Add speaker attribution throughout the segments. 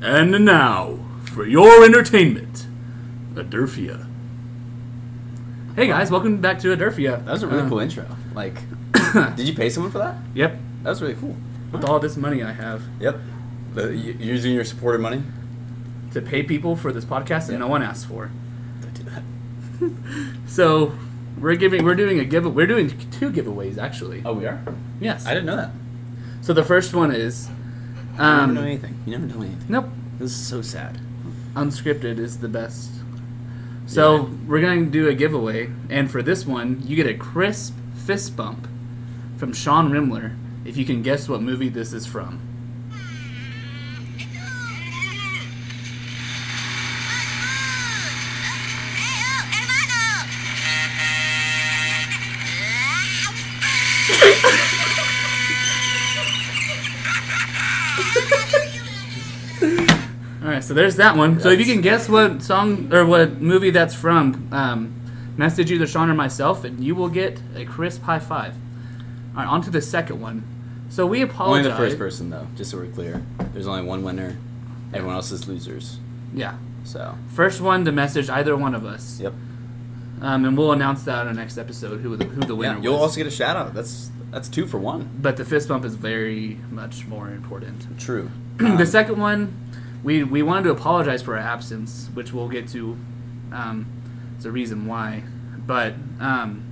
Speaker 1: And now, for your entertainment, Adurfia. Hey guys, welcome back to Adurfia. Uh,
Speaker 2: That was a really cool intro. Like, did you pay someone for that?
Speaker 1: Yep,
Speaker 2: That was really cool.
Speaker 1: with all this money I have
Speaker 2: Yep. The, you- using your supporter money.
Speaker 1: to pay people for this podcast that
Speaker 2: Yeah.
Speaker 1: no one asked for.
Speaker 2: Don't do that.
Speaker 1: So we're giving, we're doing a give, we're doing two giveaways actually.
Speaker 2: Oh, we are.
Speaker 1: Yes.
Speaker 2: I didn't know that.
Speaker 1: So the first one is,
Speaker 2: I don't
Speaker 1: um,
Speaker 2: know anything. You never know anything.
Speaker 1: nope,
Speaker 2: This is so sad.
Speaker 1: unscripted is the best. So
Speaker 2: Yeah.
Speaker 1: we're going to do a giveaway, and for this one, you get a crisp fist bump from Sean Rimler if you can guess what movie this is from. All right, so there's that one. So if you
Speaker 2: That's-
Speaker 1: can guess what song or what movie that's from, um, message either Sean or myself, and you will get a crisp high five. All right, on to the second one. So we
Speaker 2: Only
Speaker 1: apologize.
Speaker 2: the first person, though, just so we're clear. There's only one winner. Everyone else is losers.
Speaker 1: Yeah,
Speaker 2: So.
Speaker 1: first one to message either one of us.
Speaker 2: Yep.
Speaker 1: Um, and we'll announce that on our next episode who the, who the winner
Speaker 2: Yeah, you'll
Speaker 1: was.
Speaker 2: also get a shout out. That's that's two for one.
Speaker 1: but the fist bump is very much more important.
Speaker 2: True.
Speaker 1: the second one, we we wanted to apologize for our absence, which we'll get to. Um, it's a reason why, but um,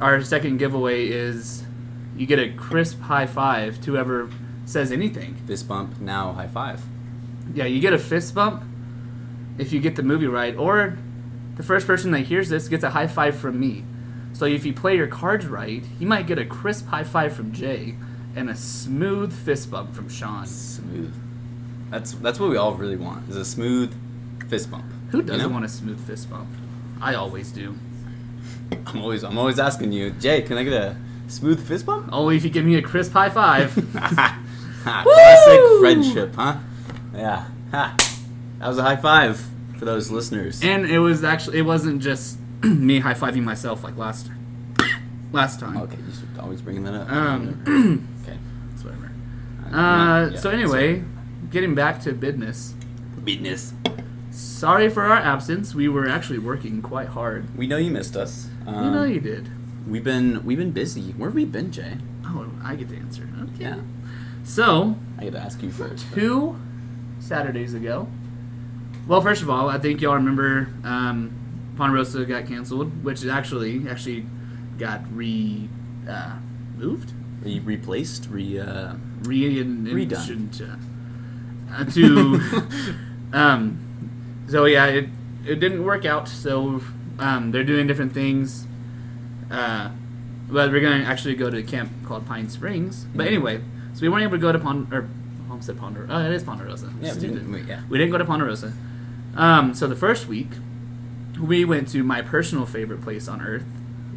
Speaker 1: our second giveaway is you get a crisp high five to whoever says anything.
Speaker 2: Fist bump now. High five.
Speaker 1: Yeah, you get a fist bump if you get the movie right, or the first person that hears this gets a high five from me. So if you play your cards right, you might get a crisp high five from Jay and a smooth fist bump from Sean.
Speaker 2: Smooth. That's that's what we all really want. Is a smooth fist bump.
Speaker 1: Who doesn't want a smooth fist bump? I always do.
Speaker 2: to? I'm always I'm always asking you, Jay. Can I get a smooth fist bump?
Speaker 1: Only if you give me a crisp high five.
Speaker 2: Ha, ha, Classic
Speaker 1: Woo!
Speaker 2: friendship, huh? Yeah. Ha. That was a high five for those listeners.
Speaker 1: and it was actually it wasn't just me high fiving myself like last last time.
Speaker 2: okay, you should always bring that up.
Speaker 1: Um,
Speaker 2: okay.
Speaker 1: it's whatever.
Speaker 2: I'm
Speaker 1: Uh,
Speaker 2: not- yeah,
Speaker 1: so anyway, getting back to business.
Speaker 2: business.
Speaker 1: Sorry for our absence. We were actually working quite hard.
Speaker 2: We know you missed us. Um,
Speaker 1: you know you did.
Speaker 2: We've been we've been busy. Where have we been, Jay?
Speaker 1: Oh, I get to answer. Okay.
Speaker 2: Yeah.
Speaker 1: So
Speaker 2: I get to ask you first.
Speaker 1: two Saturdays ago. Well, first of all, I think y'all remember um, Ponderosa got canceled, which is actually actually got re uh, moved,
Speaker 2: Re- replaced, re uh,
Speaker 1: re
Speaker 2: Redone.
Speaker 1: uh, to um, so yeah, it it didn't work out. So um, they're doing different things. Uh, but we're gonna actually go to a camp called Pine Springs. But
Speaker 2: Mhm.
Speaker 1: anyway, so we weren't able to go to Pon or I almost said Ponderosa. Oh, it is Ponderosa.
Speaker 2: Yeah, we
Speaker 1: Stupid.
Speaker 2: didn't- we- yeah.
Speaker 1: We didn't go to Ponderosa. Um, so the first week, we went to my personal favorite place on earth,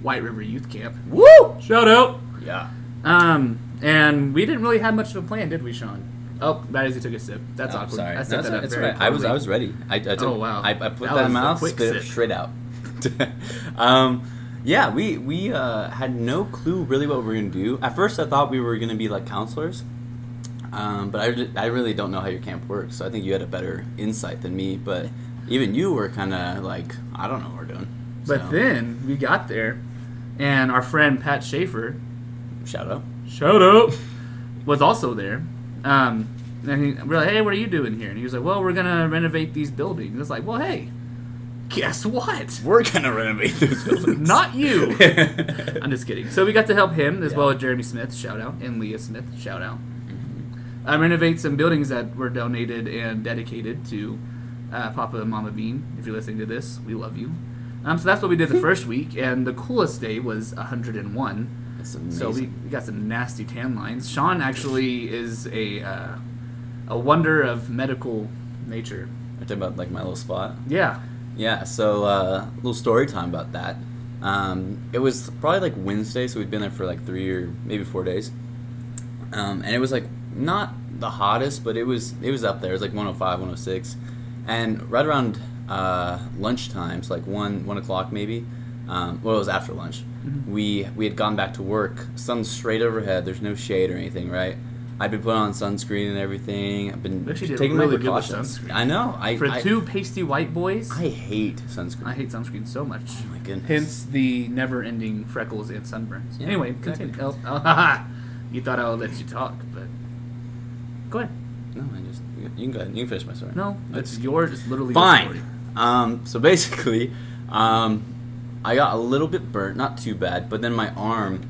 Speaker 1: White River Youth Camp.
Speaker 2: Woo!
Speaker 1: Shout out.
Speaker 2: Yeah.
Speaker 1: Um, and we didn't really have much of a plan, did we, Sean? Oh, that is he took a sip. That's
Speaker 2: No, I'm
Speaker 1: awkward.
Speaker 2: Oh, sorry.
Speaker 1: I
Speaker 2: No,
Speaker 1: set
Speaker 2: it's
Speaker 1: that up
Speaker 2: it's
Speaker 1: very
Speaker 2: alright. I was I
Speaker 1: poorly.
Speaker 2: was ready. I, I took-
Speaker 1: Oh, wow.
Speaker 2: I, I put
Speaker 1: That
Speaker 2: that, in
Speaker 1: was
Speaker 2: my
Speaker 1: a
Speaker 2: mouth,
Speaker 1: quick
Speaker 2: spit it
Speaker 1: sip.
Speaker 2: straight out. um, yeah, we we uh, had no clue really what we were gonna do. At first, I thought we were gonna be like counselors, um, but I, re- I really don't know how your camp works. So I think you had a better insight than me. But even you were kind of like, I don't know what we're doing.
Speaker 1: But
Speaker 2: So,
Speaker 1: then we got there, and our friend Pat Schaefer,
Speaker 2: shout out.
Speaker 1: shout out, was also there. Um, and he, we're like, hey, what are you doing here? And he was like, well, we're gonna renovate these buildings. And it's like, well, hey, guess what?
Speaker 2: We're gonna renovate those buildings.
Speaker 1: Not you. I'm just kidding. So we got to help him as
Speaker 2: Yeah.
Speaker 1: well as Jeremy Smith, shout out, and Leah Smith, shout out.
Speaker 2: Mm-hmm.
Speaker 1: I renovate some buildings that were donated and dedicated to uh, Papa and Mama Bean. If you're listening to this, we love you. Um, so that's what we did the first week, and the coolest day was 101.
Speaker 2: That's amazing.
Speaker 1: So we, we got some nasty tan lines. Sean actually is a uh, a wonder of medical nature.
Speaker 2: I talking about like my little spot.
Speaker 1: Yeah,
Speaker 2: Yeah, so uh, a little story time about that. Um, it was probably like Wednesday, so we'd been there for like three or maybe four days, um, and it was like not the hottest, but it was it was up there. It was like 105, 106, and right around uh, lunchtime, so like one one o'clock maybe. Um, well, it was after
Speaker 1: Mm-hmm.
Speaker 2: lunch. We we had gone back to work. Sun straight overhead. There's no shade or anything, right? I've been putting on sunscreen and everything. I've been
Speaker 1: We actually did
Speaker 2: taking
Speaker 1: really
Speaker 2: my
Speaker 1: good with
Speaker 2: precautions.
Speaker 1: sunscreen.
Speaker 2: I know. I
Speaker 1: For
Speaker 2: I,
Speaker 1: two pasty white boys,
Speaker 2: I
Speaker 1: I,
Speaker 2: hate sunscreen.
Speaker 1: hate sunscreen so much.
Speaker 2: oh my goodness.
Speaker 1: Hence the never-ending freckles and sunburns.
Speaker 2: Yeah,
Speaker 1: anyway,
Speaker 2: exactly.
Speaker 1: continue. El- oh, you thought I would let you talk, but go ahead.
Speaker 2: No, I just you can go ahead. You can finish my story.
Speaker 1: No,
Speaker 2: That's-
Speaker 1: it's yours. It's literally your story.
Speaker 2: Fine. Um, so basically, um, I got a little bit burnt, not too bad, but then my arm,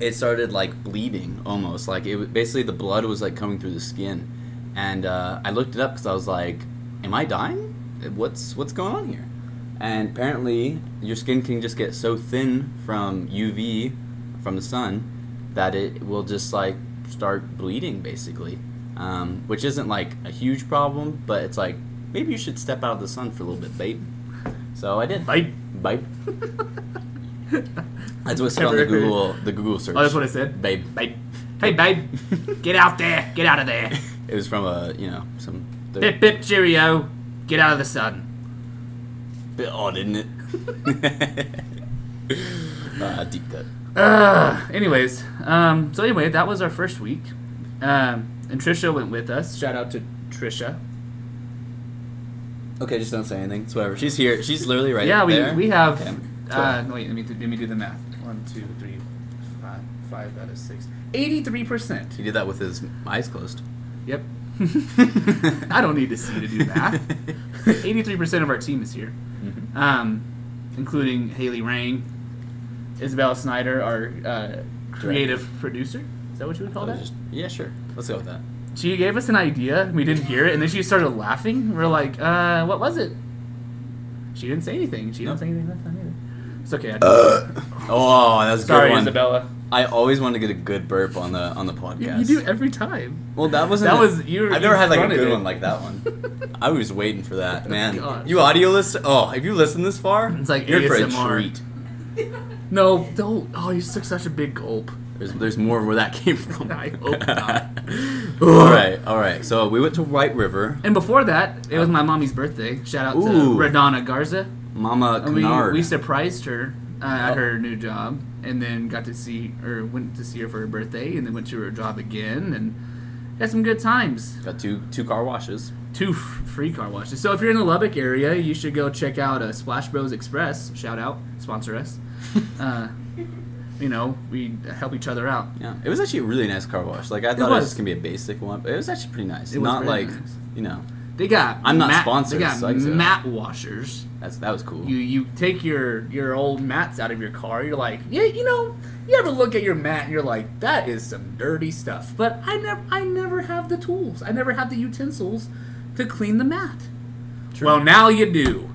Speaker 2: it started like bleeding almost. Like it wa- basically the blood was like coming through the skin, and uh, I looked it up because I was like, "Am I dying? What's what's going on here?" And apparently, your skin can just get so thin from UV, from the sun, that it will just like start bleeding basically, um, which isn't like a huge problem, but it's like maybe you should step out of the sun for a little bit, babe. So I did.
Speaker 1: Bye.
Speaker 2: Babe. That's what's said on the
Speaker 1: Never heard.
Speaker 2: Google the Google search.
Speaker 1: Oh, that's what I said.
Speaker 2: Babe.
Speaker 1: Babe. Hey, babe. Get out there. Get out of there.
Speaker 2: It was from a you know some.
Speaker 1: Bip, bip, cheerio. Get out of the sun.
Speaker 2: bit odd, isn't it? uh, deep cut.
Speaker 1: Ugh. anyways, um, so anyway, that was our first week. Um, and Trisha went with us. Shout out to Trisha.
Speaker 2: Okay, just don't say anything. It's whatever. She's here. She's literally right.
Speaker 1: yeah, we,
Speaker 2: there.
Speaker 1: we have.
Speaker 2: Okay.
Speaker 1: Uh, no, wait, let me, do- let me do the math. One, two, three, five, five out of six. 83%.
Speaker 2: He did that with his eyes closed.
Speaker 1: Yep. I don't need to see you to do math. 83% of our team is here.
Speaker 2: Mhm.
Speaker 1: um, including Haley Rang, Isabel Snyder, our uh, creative producer. Is that what you would
Speaker 2: I
Speaker 1: call
Speaker 2: was
Speaker 1: that?
Speaker 2: just- yeah, sure. Let's go with that.
Speaker 1: She gave us an idea, and we didn't hear it, and then she started laughing. We're like, uh, what was it? She didn't say anything. She didn't
Speaker 2: Nope.
Speaker 1: say anything that time either. It's okay. I
Speaker 2: Oh, that's a
Speaker 1: sorry,
Speaker 2: good one.
Speaker 1: Isabella.
Speaker 2: I always want to get a good burp on the on the podcast.
Speaker 1: You, you do every time.
Speaker 2: Well, that wasn't.
Speaker 1: That
Speaker 2: a-
Speaker 1: was- you were-
Speaker 2: I've never
Speaker 1: you
Speaker 2: had like a
Speaker 1: fronted
Speaker 2: good
Speaker 1: it.
Speaker 2: one like that one. I was waiting for that, man.
Speaker 1: gosh.
Speaker 2: You audio listen. Oh, if you listen this far,
Speaker 1: It's like
Speaker 2: you're in for a
Speaker 1: ASMR.
Speaker 2: treat.
Speaker 1: No, don't. Oh, you took such a big gulp.
Speaker 2: There's, there's more where that came from.
Speaker 1: I hope not.
Speaker 2: all right, all right. So we went to White River.
Speaker 1: And before that, it was my mommy's birthday. Shout out
Speaker 2: Ooh.
Speaker 1: to Radonna Garza.
Speaker 2: Mama
Speaker 1: And we,
Speaker 2: Canard.
Speaker 1: we surprised her uh, at
Speaker 2: Oh.
Speaker 1: her new job, and then got to see or went to see her for her birthday, and then went to her job again, and had some good times.
Speaker 2: got two two car washes.
Speaker 1: Two f- free car washes. So if you're in the Lubbock area, you should go check out uh, Splash Bros Express. Shout out, sponsor us. uh, you know, we help each other out.
Speaker 2: Yeah, it was actually a really nice car wash. Like I thought it was,
Speaker 1: was.
Speaker 2: just gonna be a basic one, but it was actually pretty nice.
Speaker 1: It was
Speaker 2: Not
Speaker 1: very
Speaker 2: like
Speaker 1: nice.
Speaker 2: you know,
Speaker 1: They got
Speaker 2: I'm not
Speaker 1: mat-
Speaker 2: sponsored,
Speaker 1: They got
Speaker 2: so I can say that.
Speaker 1: mat washers.
Speaker 2: that's that was cool.
Speaker 1: You you take your your old mats out of your car. You're like, yeah, you know, you ever look at your mat and you're like, that is some dirty stuff. But I never I never have the tools. I never have the utensils to clean the mat.
Speaker 2: True.
Speaker 1: Well, now you do.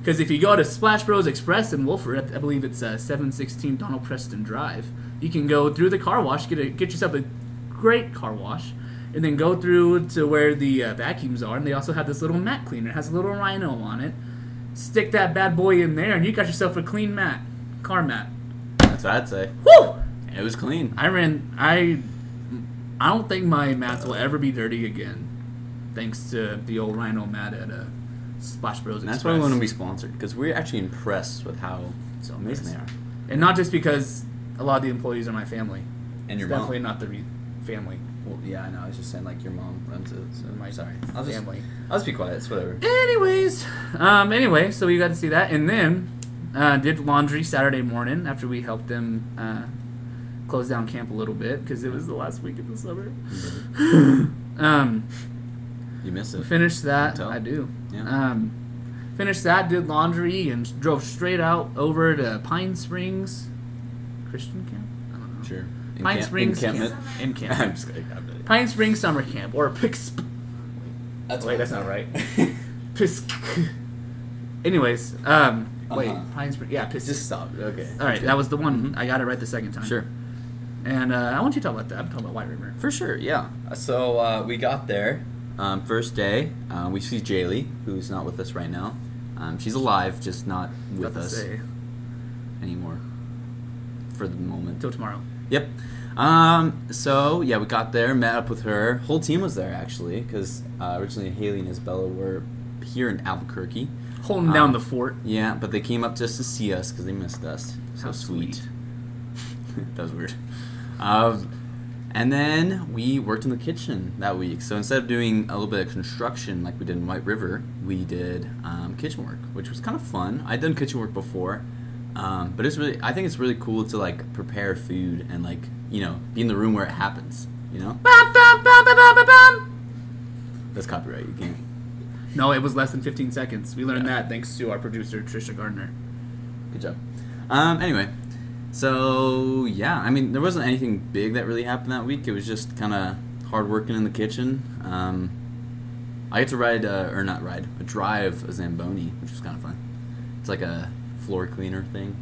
Speaker 1: Because if you go to Splash Bros Express in Wolford, I believe it's uh, 716 Donald Preston Drive, you can go through the car wash, get a, get yourself a great car wash, and then go through to where the uh, vacuums are. And they also have this little mat cleaner. It has a little rhino on it. Stick that bad boy in there, and you got yourself a clean mat, car mat.
Speaker 2: that's what I'd say.
Speaker 1: Woo!
Speaker 2: And It was clean.
Speaker 1: I ran. I I don't think my mats will ever be dirty again, thanks to the old rhino mat at uh, Splash Bros.
Speaker 2: And that's why
Speaker 1: Express.
Speaker 2: we want to be sponsored because we're actually impressed with how so amazing they are.
Speaker 1: And not just because a lot of the employees are my family.
Speaker 2: And your
Speaker 1: it's definitely
Speaker 2: mom.
Speaker 1: not the re- family.
Speaker 2: Well, yeah, I know. I was just saying like your mom runs it. So
Speaker 1: My
Speaker 2: sorry. I'll just
Speaker 1: family.
Speaker 2: I'll just be quiet. It's whatever.
Speaker 1: Anyways, um, anyway, so we got to see that, and then uh, did laundry Saturday morning after we helped them uh, close down camp a little bit because it was the last week of the summer. um,
Speaker 2: You missed it.
Speaker 1: finished that.
Speaker 2: Mm-hmm. Tell.
Speaker 1: I do.
Speaker 2: Yeah.
Speaker 1: Um, finished that. Did laundry and drove straight out over to Pine Springs Christian Camp. I don't know.
Speaker 2: Sure.
Speaker 1: Pine
Speaker 2: Encamp-
Speaker 1: Springs
Speaker 2: encampment.
Speaker 1: Camp. Encampment.
Speaker 2: I'm just kidding. I'm kidding.
Speaker 1: Pine Springs Summer Camp or PIXP.
Speaker 2: That's
Speaker 1: Wait, that's not right.
Speaker 2: right.
Speaker 1: PISC. Anyways, um, wait,
Speaker 2: Uh-huh.
Speaker 1: Pine Springs. Yeah, PISC.
Speaker 2: just stop. Okay.
Speaker 1: All right, that was the one. I got it right the second time.
Speaker 2: Sure.
Speaker 1: And uh, I want you to talk about that. I'm talking about White River.
Speaker 2: For sure, yeah. So uh, we got there. Um, first day, uh, we see Jaylee, who's not with us right now. Um, she's alive, just not with
Speaker 1: About to
Speaker 2: us
Speaker 1: say,
Speaker 2: anymore for the moment.
Speaker 1: Till tomorrow.
Speaker 2: Yep. Um, so yeah, we got there, met up with her. Whole team was there actually, because uh, originally Haley and Isabella were here in Albuquerque.
Speaker 1: Holding
Speaker 2: Um,
Speaker 1: down the fort.
Speaker 2: Yeah, but they came up just to see us because they missed us. So
Speaker 1: How
Speaker 2: sweet.
Speaker 1: sweet.
Speaker 2: that was weird. Um, And then we worked in the kitchen that week. So instead of doing a little bit of construction like we did in White River, we did um, kitchen work, which was kind of fun. I'd done kitchen work before, um, but it's really I think it's really cool to like prepare food and like you know be in the room where it happens. You know,
Speaker 1: Bum, bum, bum, bum, bum, bum, bum.
Speaker 2: that's copyright. You can't.
Speaker 1: No, it was less than 15 seconds. We learned
Speaker 2: Yeah.
Speaker 1: that thanks to our producer, Trisha Gardner.
Speaker 2: Good job. Um, anyway, so yeah, I mean, there wasn't anything big that really happened that week. It was just kind of hard working in the kitchen. Um, I get to ride, uh, or not ride, drive a Zamboni, which was kind of fun. It's like a floor cleaner thing,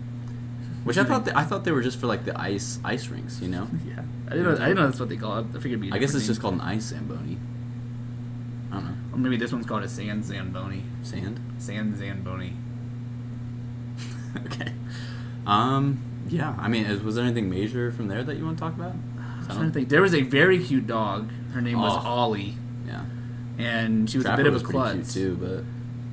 Speaker 2: which I thought th- I thought they were just for like the ice ice rinks, you know.
Speaker 1: Yeah. I didn't know, I didn't know that's what they call it. I figured it'd be a
Speaker 2: I guess
Speaker 1: different
Speaker 2: it's just
Speaker 1: name.
Speaker 2: called an ice Zamboni. I don't know,
Speaker 1: Or maybe this one's called a sand zamboni.
Speaker 2: sand.
Speaker 1: Sand zamboni.
Speaker 2: okay. Um, yeah, I mean, is, was there anything major from there that you want to talk about?
Speaker 1: I was
Speaker 2: So-
Speaker 1: trying to think. There was a very cute dog. Her name was
Speaker 2: Oh.
Speaker 1: Ollie,
Speaker 2: Yeah.
Speaker 1: and she was a bit of a
Speaker 2: pretty
Speaker 1: klutz.
Speaker 2: cute too,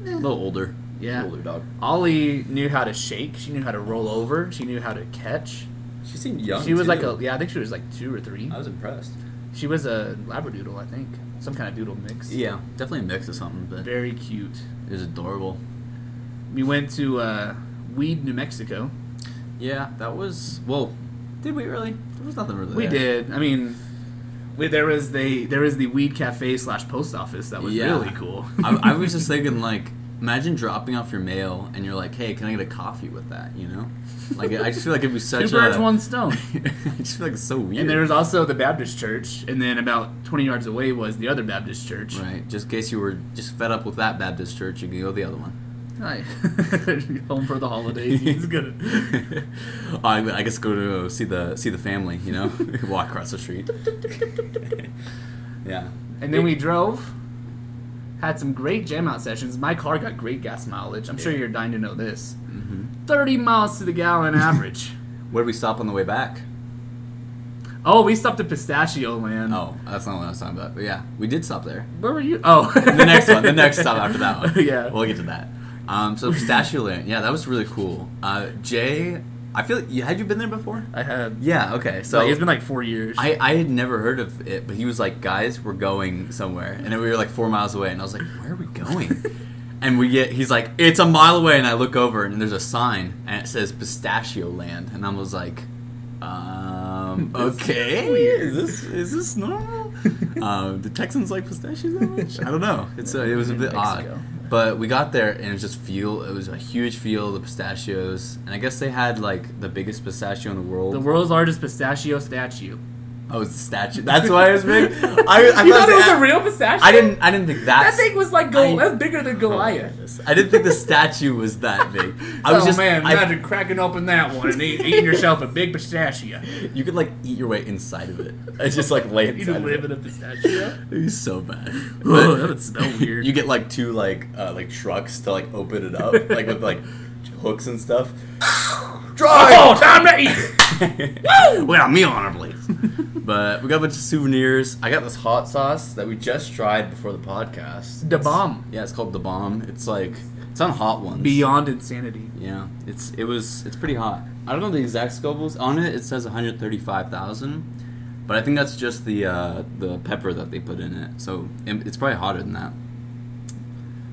Speaker 2: but a little older.
Speaker 1: Yeah.
Speaker 2: older dog.
Speaker 1: Ollie knew how to shake. She knew how to roll over. She knew how to catch.
Speaker 2: She seemed young.
Speaker 1: she was
Speaker 2: too. Uh,
Speaker 1: like a yeah. I think she was like two or three.
Speaker 2: I was impressed.
Speaker 1: She was a labradoodle, I think, some kind of doodle mix.
Speaker 2: Yeah, definitely a mix of something, but
Speaker 1: Very cute.
Speaker 2: it was adorable.
Speaker 1: We went to uh, Weed, New Mexico.
Speaker 2: Yeah, that was. Well, did we really? There was nothing really.
Speaker 1: We
Speaker 2: there.
Speaker 1: did. I mean, we, there was the there was the weed cafe slash post office that was
Speaker 2: Yeah.
Speaker 1: really cool.
Speaker 2: I, I was just thinking, like, imagine dropping off your mail and you're like, "Hey, can I get a coffee with that?" You know, like I just feel like it'd be
Speaker 1: two
Speaker 2: such
Speaker 1: birds,
Speaker 2: a.
Speaker 1: one stone.
Speaker 2: I just feel like it's so weird.
Speaker 1: And there was also the Baptist church, and then about 20 yards away was the other Baptist church.
Speaker 2: right, just in case you were just fed up with that Baptist church, you can go to the other one.
Speaker 1: Hi. Home for the holidays. He's gonna
Speaker 2: I, Oh, I guess go to see the see the family, you know, walk across the street. yeah,
Speaker 1: And then we drove, had some great jam out sessions. My car got great gas mileage. I'm sure
Speaker 2: Yeah.
Speaker 1: you're dying to know this.
Speaker 2: hmm
Speaker 1: 30 miles to the gallon average.
Speaker 2: where did we stop on the way back?
Speaker 1: oh, we stopped at Pistachio Land.
Speaker 2: Oh, that's not what I was talking about. But yeah, we did stop there.
Speaker 1: Where were you? Oh.
Speaker 2: The next one, the next stop after that one.
Speaker 1: yeah.
Speaker 2: we'll get to that. Um, so pistachio land, yeah, that was really cool. Uh, Jay, I feel like, had you been there before?
Speaker 1: I had.
Speaker 2: Yeah. Okay.
Speaker 1: So
Speaker 2: So
Speaker 1: it's been like four years.
Speaker 2: I, I had never heard of it, but he was like, guys, we're going somewhere. And then we were like four miles away, and I was like, where are we going? and we get, he's like, it's a mile away. And I look over, and there's a sign, and it says Pistachio Land. And I was like, um,
Speaker 1: This is
Speaker 2: okay.
Speaker 1: weird.
Speaker 2: Is this, is this normal? um, do Texans like pistachios that much? I don't know. It's uh, It was a
Speaker 1: In
Speaker 2: bit
Speaker 1: Mexico.
Speaker 2: odd. But we got there, and it was just field. It was a huge field of pistachios. And I guess they had like the biggest pistachio in the world.
Speaker 1: the world's largest pistachio statue.
Speaker 2: Oh, it's a statue. That's why it was big. I, I
Speaker 1: you thought
Speaker 2: the
Speaker 1: it was
Speaker 2: a-
Speaker 1: a real pistachio?
Speaker 2: I didn't. I didn't think
Speaker 1: That
Speaker 2: that's.
Speaker 1: thing was like
Speaker 2: I- Oh,
Speaker 1: Gol- that's bigger than Goliath.
Speaker 2: I didn't think the statue was that big. I was
Speaker 1: oh
Speaker 2: just.
Speaker 1: man,
Speaker 2: I-
Speaker 1: imagine cracking open that one and eat, eating yourself a big pistachio.
Speaker 2: you could like eat your way inside of it. It's just like lay
Speaker 1: You
Speaker 2: inside.
Speaker 1: can live
Speaker 2: of
Speaker 1: in a pistachio.
Speaker 2: it. It was so bad.
Speaker 1: Ugh, that would smell weird.
Speaker 2: You get like two like uh, like trucks to like open it up like with like hooks and stuff. Drive.
Speaker 1: Oh, time to eat!
Speaker 2: we got a meal on our plates. but we got a bunch of souvenirs. I got this hot sauce that we just tried before the podcast.
Speaker 1: Da
Speaker 2: It's-
Speaker 1: Bomb.
Speaker 2: Yeah, it's called the bomb. It's like it's on hot ones.
Speaker 1: Beyond insanity.
Speaker 2: Yeah, it's it was it's pretty hot. I don't know the exact scovels on it. It says 135,000, but I think that's just the uh, the pepper that they put in it. So it- it's probably hotter than that.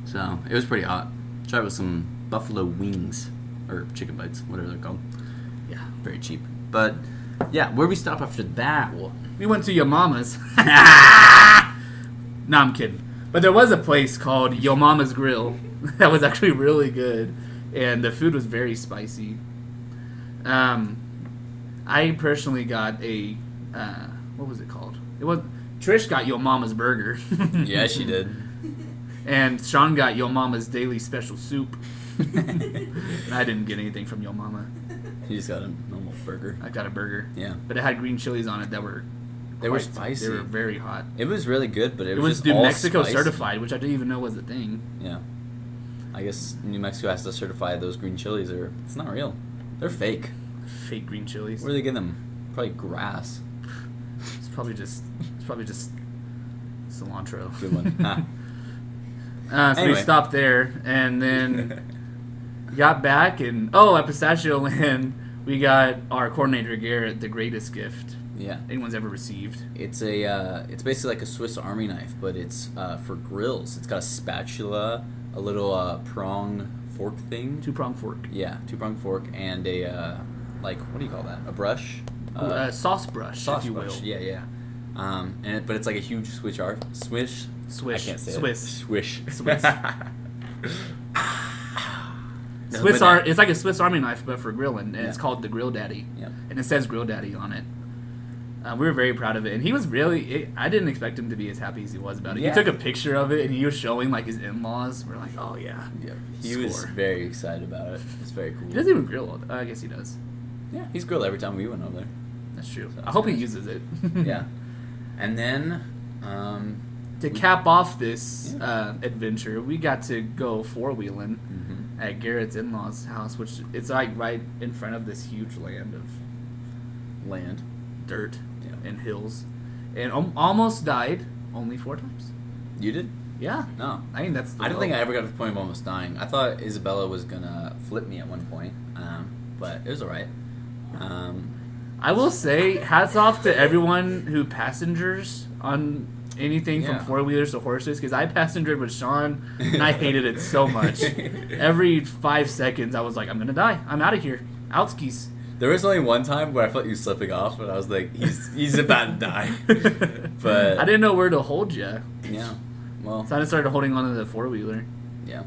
Speaker 2: So it was pretty hot. Tried with some buffalo wings or chicken bites, whatever they're called.
Speaker 1: Yeah.
Speaker 2: Very cheap. But yeah, where we stop after that? Well,
Speaker 1: We went to your mama's. no, I'm kidding. But there was a place called Yo Mama's Grill that was actually really good, and the food was very spicy. Um, I personally got a uh, what was it called? It was Trish got Yo Mama's burger.
Speaker 2: yeah, she did.
Speaker 1: And Sean got Yo Mama's daily special soup. And I didn't get anything from Yo Mama.
Speaker 2: She just got a normal burger.
Speaker 1: I got a burger,
Speaker 2: Yeah,
Speaker 1: but it had green chilies on it that were
Speaker 2: they were
Speaker 1: quite-
Speaker 2: spicy.
Speaker 1: They were very hot.
Speaker 2: It was really good, but it,
Speaker 1: It was
Speaker 2: just
Speaker 1: New
Speaker 2: all
Speaker 1: Mexico
Speaker 2: spicy.
Speaker 1: certified, which I didn't even know was a thing.
Speaker 2: Yeah. I guess New Mexico has to certify those green chilies or it's not real. They're fake.
Speaker 1: Fake green chilies.
Speaker 2: Where do they get them? Probably grass.
Speaker 1: It's probably just it's probably just cilantro.
Speaker 2: Good one. Ha.
Speaker 1: Uh, so we
Speaker 2: Anyway.
Speaker 1: stopped there and then got back and oh at Pistachio Land we got our coordinator Garrett the greatest gift.
Speaker 2: Yeah.
Speaker 1: anyone's ever received.
Speaker 2: It's a uh, it's basically like a Swiss Army knife, but it's uh, for grills. It's got a spatula, a little uh, prong fork thing.
Speaker 1: Two prong fork,
Speaker 2: Yeah, two prong fork and a uh, like what do you call that? A brush.
Speaker 1: uh, sauce brush, if you
Speaker 2: brush.
Speaker 1: will.
Speaker 2: Yeah, yeah. Um, and it, but it's like a huge swish arf, swish,
Speaker 1: Swish.
Speaker 2: I can't say
Speaker 1: Swiss.
Speaker 2: it. swish,
Speaker 1: Swiss.
Speaker 2: No,
Speaker 1: Swiss
Speaker 2: but-
Speaker 1: Ar- it's like a Swiss Army knife, but for grilling, and it's
Speaker 2: Yeah.
Speaker 1: called the Grill Daddy,
Speaker 2: Yep.
Speaker 1: and it says Grill Daddy on it. Uh, we were very proud of it, and he was really. It, I didn't expect him to be as happy as he was about it.
Speaker 2: Yeah.
Speaker 1: He took a picture of it, and he was showing like his in-laws. We're like, oh yeah,
Speaker 2: Yep. He was
Speaker 1: Score.
Speaker 2: very excited about it. It's very cool.
Speaker 1: he doesn't even grill. Uh, I guess he does.
Speaker 2: yeah, he's grilled every time we went over there.
Speaker 1: That's true.
Speaker 2: Sounds
Speaker 1: I hope he
Speaker 2: nice.
Speaker 1: uses it.
Speaker 2: yeah. And then, um,
Speaker 1: to cap off this
Speaker 2: Yeah.
Speaker 1: uh, adventure, we got to go four wheeling
Speaker 2: Mm-hmm.
Speaker 1: at Garrett's in-laws' house, which it's like right in front of this huge land of
Speaker 2: land.
Speaker 1: dirt
Speaker 2: Yeah.
Speaker 1: and hills, and um, almost died only four times.
Speaker 2: You did?
Speaker 1: Yeah,
Speaker 2: No.
Speaker 1: I think that's. The
Speaker 2: I don't
Speaker 1: low.
Speaker 2: think I ever got to the point of almost dying. I thought Isabella was gonna flip me at one point, um, but it was alright. Um,
Speaker 1: I will say, hats off to everyone who passengers on anything
Speaker 2: Yeah.
Speaker 1: from four wheelers to horses, because I passengered with Sean and I hated it so much. Every five seconds, I was like, I'm gonna die. I'm out of here. Outskis.
Speaker 2: there was only one time where I felt you slipping off, and I was like, "He's he's about to die," but
Speaker 1: I didn't know where to hold you,
Speaker 2: Yeah. Well.
Speaker 1: so I just started holding on to the four wheeler.
Speaker 2: Yeah.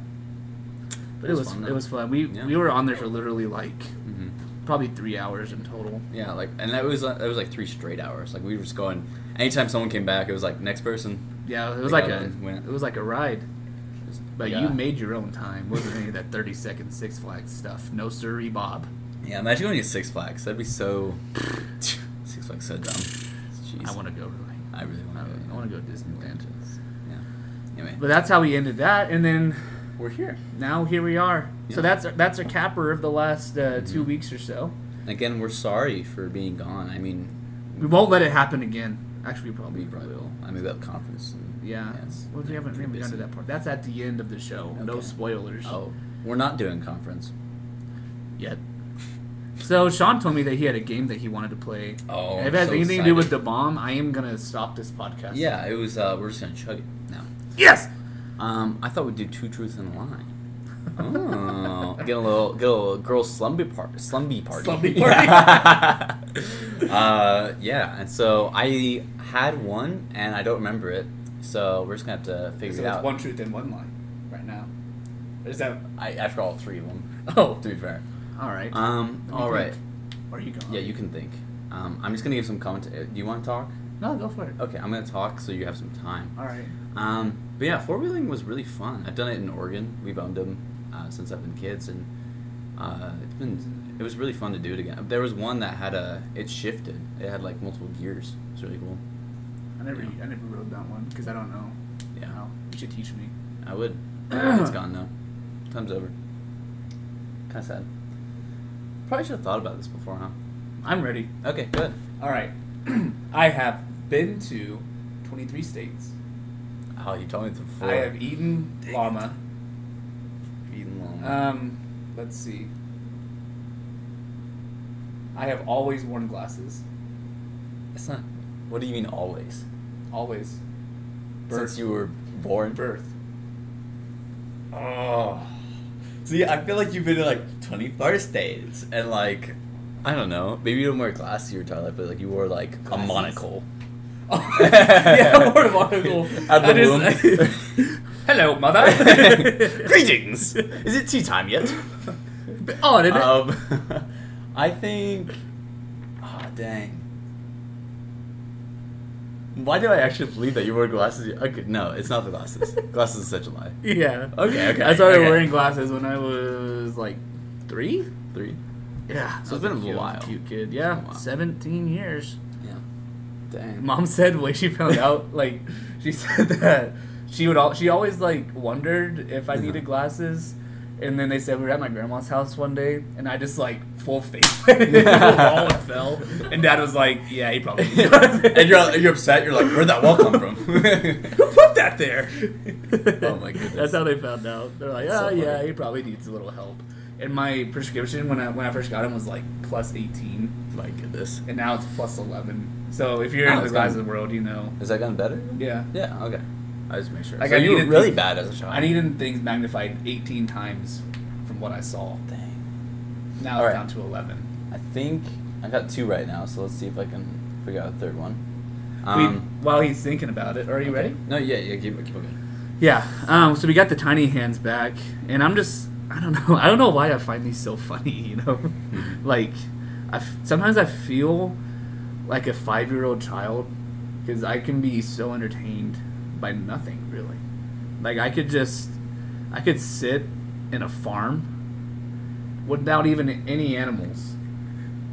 Speaker 1: But it was
Speaker 2: fun,
Speaker 1: it
Speaker 2: though.
Speaker 1: was fun. We
Speaker 2: Yeah.
Speaker 1: we were on there for literally like
Speaker 2: Mhm.
Speaker 1: probably three hours in total.
Speaker 2: Yeah, like, and that was uh, that was like three straight hours. Like we were just going. Anytime someone came back, it was like next person.
Speaker 1: Yeah, it was
Speaker 2: The
Speaker 1: like
Speaker 2: other
Speaker 1: a
Speaker 2: one went.
Speaker 1: it was like a ride.
Speaker 2: Just-
Speaker 1: But
Speaker 2: yeah.
Speaker 1: you made your own time. Wasn't any of that thirty second Six Flags stuff. No siree, Bob.
Speaker 2: Yeah, imagine going to Six Flags. That'd be so. Six Flags so dumb. Jeez.
Speaker 1: I want to go really.
Speaker 2: I really want
Speaker 1: I,
Speaker 2: to.
Speaker 1: I want to go to Disneyland.
Speaker 2: Yeah. Anyway,
Speaker 1: But that's how we ended that, and then
Speaker 2: we're here
Speaker 1: now here we are.
Speaker 2: Yeah. Mm-hmm.
Speaker 1: So that's that's a capper of the last uh, two weeks or so.
Speaker 2: again. We're sorry for being gone. I mean,
Speaker 1: We won't let it happen again. Actually, we probably,
Speaker 2: we probably will. I mean, we have conference. And,
Speaker 1: Yeah.
Speaker 2: it's-
Speaker 1: well, we haven't, we haven't
Speaker 2: busy.
Speaker 1: gotten to that part. That's at the end of the show. No
Speaker 2: Okay.
Speaker 1: spoilers
Speaker 2: Oh, we're not doing conference.
Speaker 1: yet. So Sean told me that he had a game that he wanted to play.
Speaker 2: Oh,
Speaker 1: if
Speaker 2: I'm
Speaker 1: it has
Speaker 2: so
Speaker 1: anything to do with the
Speaker 2: excited.
Speaker 1: bomb, I am gonna stop this podcast.
Speaker 2: Yeah, it was. Uh, we're just gonna chug it now.
Speaker 1: Yes.
Speaker 2: Um, I thought we'd do two truths and a lie. Oh, get a little, get a little girl slumby party, slumby party,
Speaker 1: Slumby
Speaker 2: party. uh, yeah, and so I had one, and I don't remember it, so we're just gonna have to figure
Speaker 1: So
Speaker 2: it
Speaker 1: it's
Speaker 2: out.
Speaker 1: one truth and one lie right now. Is that?
Speaker 2: I, I forgot all three of them.
Speaker 1: Oh,
Speaker 2: To be fair,
Speaker 1: all right.
Speaker 2: um,
Speaker 1: Let me
Speaker 2: all right,
Speaker 1: think. Where are you going?
Speaker 2: yeah, you can think. Um, I'm just gonna give some comment. Do you want to talk?
Speaker 1: No, go for it.
Speaker 2: Okay, I'm gonna talk so you have some time.
Speaker 1: All right.
Speaker 2: Um, but yeah, four wheeling was really fun. I've done it in Oregon. We've owned them uh, since I've been kids, and uh, it's been it was really fun to do it again. There was one that had a it shifted. It had like multiple gears. It's really cool.
Speaker 1: I never,
Speaker 2: Yeah.
Speaker 1: I never rode that one because I don't know.
Speaker 2: Yeah.
Speaker 1: Wow. You should teach me.
Speaker 2: I would. it's gone now. Time's over. Kind of sad. Probably should have thought about this before, huh?
Speaker 1: I'm ready.
Speaker 2: Okay, good.
Speaker 1: All right. I have been to 23 states.
Speaker 2: Oh, you told me this before.
Speaker 1: I have e-, eaten
Speaker 2: Dang
Speaker 1: llama.
Speaker 2: eaten long.
Speaker 1: Um, let's see. I have always worn glasses.
Speaker 2: it's not. What do you mean always?
Speaker 1: Always.
Speaker 2: Since you were born.
Speaker 1: birth.
Speaker 2: Oh. See, I feel like you've been to like 21st states and like, I don't know, maybe you don't wear glasses your entire life, but like you wore like a
Speaker 1: Glasses?
Speaker 2: monocle.
Speaker 1: Oh, yeah, I wore a monocle.
Speaker 2: At the
Speaker 1: I just-
Speaker 2: womb.
Speaker 1: Hello, mother.
Speaker 2: Greetings! Is it tea time yet?
Speaker 1: Oh, did it?
Speaker 2: Um, I think. Ah, dang. Why do I actually believe that you wore glasses? Okay, no, it's not the glasses. glasses is such a lie.
Speaker 1: yeah.
Speaker 2: Okay, okay,
Speaker 1: I started
Speaker 2: okay.
Speaker 1: wearing glasses when I was like three.
Speaker 2: Three.
Speaker 1: Yeah.
Speaker 2: So
Speaker 1: I
Speaker 2: it's
Speaker 1: was
Speaker 2: been a little
Speaker 1: cute-
Speaker 2: while.
Speaker 1: Cute kid.
Speaker 2: been a
Speaker 1: Yeah.
Speaker 2: while.
Speaker 1: Seventeen years.
Speaker 2: Yeah. Dang.
Speaker 1: Mom said when she found out, like she said that she would all she always like wondered if I needed glasses. And then they said we were at my grandma's house one day, and I just like full face planted into the wall and fell. And dad was like, "Yeah, he probably." needs glasses."
Speaker 2: and you're you're upset. You're like, where'd that wall come from?
Speaker 1: Who put that there?
Speaker 2: Oh my goodness.
Speaker 1: That's how they found out. They're like,
Speaker 2: That's
Speaker 1: "Oh
Speaker 2: so funny.
Speaker 1: yeah, he probably needs a little help." and my prescription when I when I first got him was like plus eighteen,
Speaker 2: Like this.
Speaker 1: and now it's plus eleven. So if you're
Speaker 2: Oh,
Speaker 1: in the
Speaker 2: it's
Speaker 1: guys
Speaker 2: gone.
Speaker 1: of the world, you know,
Speaker 2: Has that gotten better?
Speaker 1: yeah.
Speaker 2: Yeah. Okay. I just make sure.
Speaker 1: Like,
Speaker 2: so
Speaker 1: I
Speaker 2: you were
Speaker 1: needed-
Speaker 2: really bad as a child.
Speaker 1: I needed things magnified eighteen times from what I saw.
Speaker 2: Dang.
Speaker 1: Now
Speaker 2: All
Speaker 1: it's
Speaker 2: right.
Speaker 1: down to eleven.
Speaker 2: I think I got two right now, so let's see if I can figure out a third one. Um,
Speaker 1: we, while he's thinking about it, are you ready?
Speaker 2: No. Yeah. Yeah. Keep keep going.
Speaker 1: Yeah. Um, so we got the tiny hands back, and I'm just I don't know I don't know why I find these so funny. You know,
Speaker 2: Mm-hmm.
Speaker 1: like I f- sometimes I feel like a five year old child because I can be so entertained by nothing really. Like I could just I could sit in a farm without even any animals.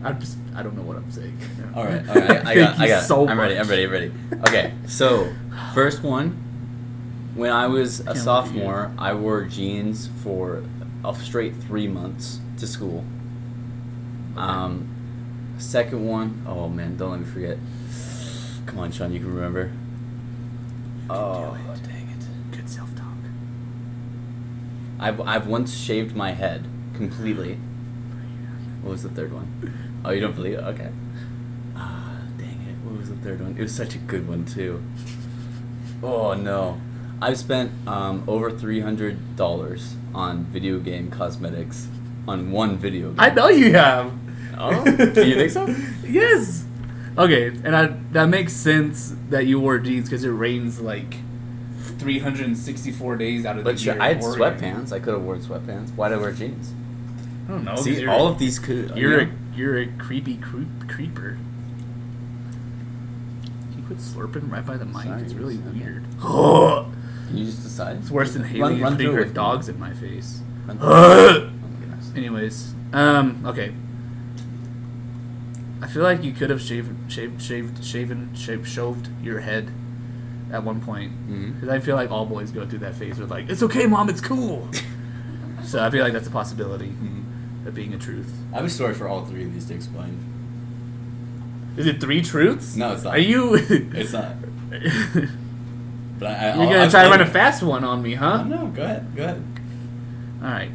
Speaker 1: I just I don't know what I'm saying.
Speaker 2: All right, all right. I
Speaker 1: Thank
Speaker 2: got, I
Speaker 1: you
Speaker 2: got.
Speaker 1: so
Speaker 2: I'm ready. I'm
Speaker 1: much.
Speaker 2: ready. I'm ready. Okay, so first one. When I was a
Speaker 1: at you.
Speaker 2: sophomore, I wore jeans for a straight three months to school. Um, second one, oh man, don't let me forget. Come on, Sean, you can remember. Oh, dang it!
Speaker 1: Good self talk.
Speaker 2: I've I've once shaved my head completely. What was the third one? Oh, you don't believe it? Okay. Ah, dang it. What was the third one? It was such a good one, too. Oh, no. I've spent um, over $300 on video game cosmetics on one video game.
Speaker 1: I know you have.
Speaker 2: Oh, do you think so?
Speaker 1: yes. Okay, and I, that makes sense that you wore jeans because it rains like 364 days out of
Speaker 2: But
Speaker 1: the
Speaker 2: sure,
Speaker 1: year.
Speaker 2: I had
Speaker 1: or-
Speaker 2: sweatpants. I could have worn sweatpants. Why did I wear jeans?
Speaker 1: I don't know. Oh, 'cause
Speaker 2: See,
Speaker 1: you're,
Speaker 2: all of these could.
Speaker 1: you're
Speaker 2: you know.
Speaker 1: a you're a creepy creep, creeper. Can you quit slurping right by the mic?
Speaker 2: Sorry,
Speaker 1: it's really
Speaker 2: sorry.
Speaker 1: weird.
Speaker 2: Can you just decide?
Speaker 1: it's worse than Haley
Speaker 2: Run- run
Speaker 1: putting
Speaker 2: through
Speaker 1: her
Speaker 2: with me.
Speaker 1: dogs in my face.
Speaker 2: Run through. Oh my goodness.
Speaker 1: Anyways, um, okay. I feel like you could have shaved, shaved, shaved, shaven, shaved, shoved your head at one point.
Speaker 2: Mhm.
Speaker 1: Because I feel like all boys go through that phase with like, it's okay, mom, it's cool. so I feel like that's a possibility of being a truth.
Speaker 2: Mm-hmm. I have a story for all three of these to explain.
Speaker 1: Is it three truths?
Speaker 2: No, it's not.
Speaker 1: Are you?
Speaker 2: It's not.
Speaker 1: You're
Speaker 2: But I, I,
Speaker 1: gonna try to run a fast one on me, huh?
Speaker 2: Oh, No, go ahead. Go ahead.
Speaker 1: All right.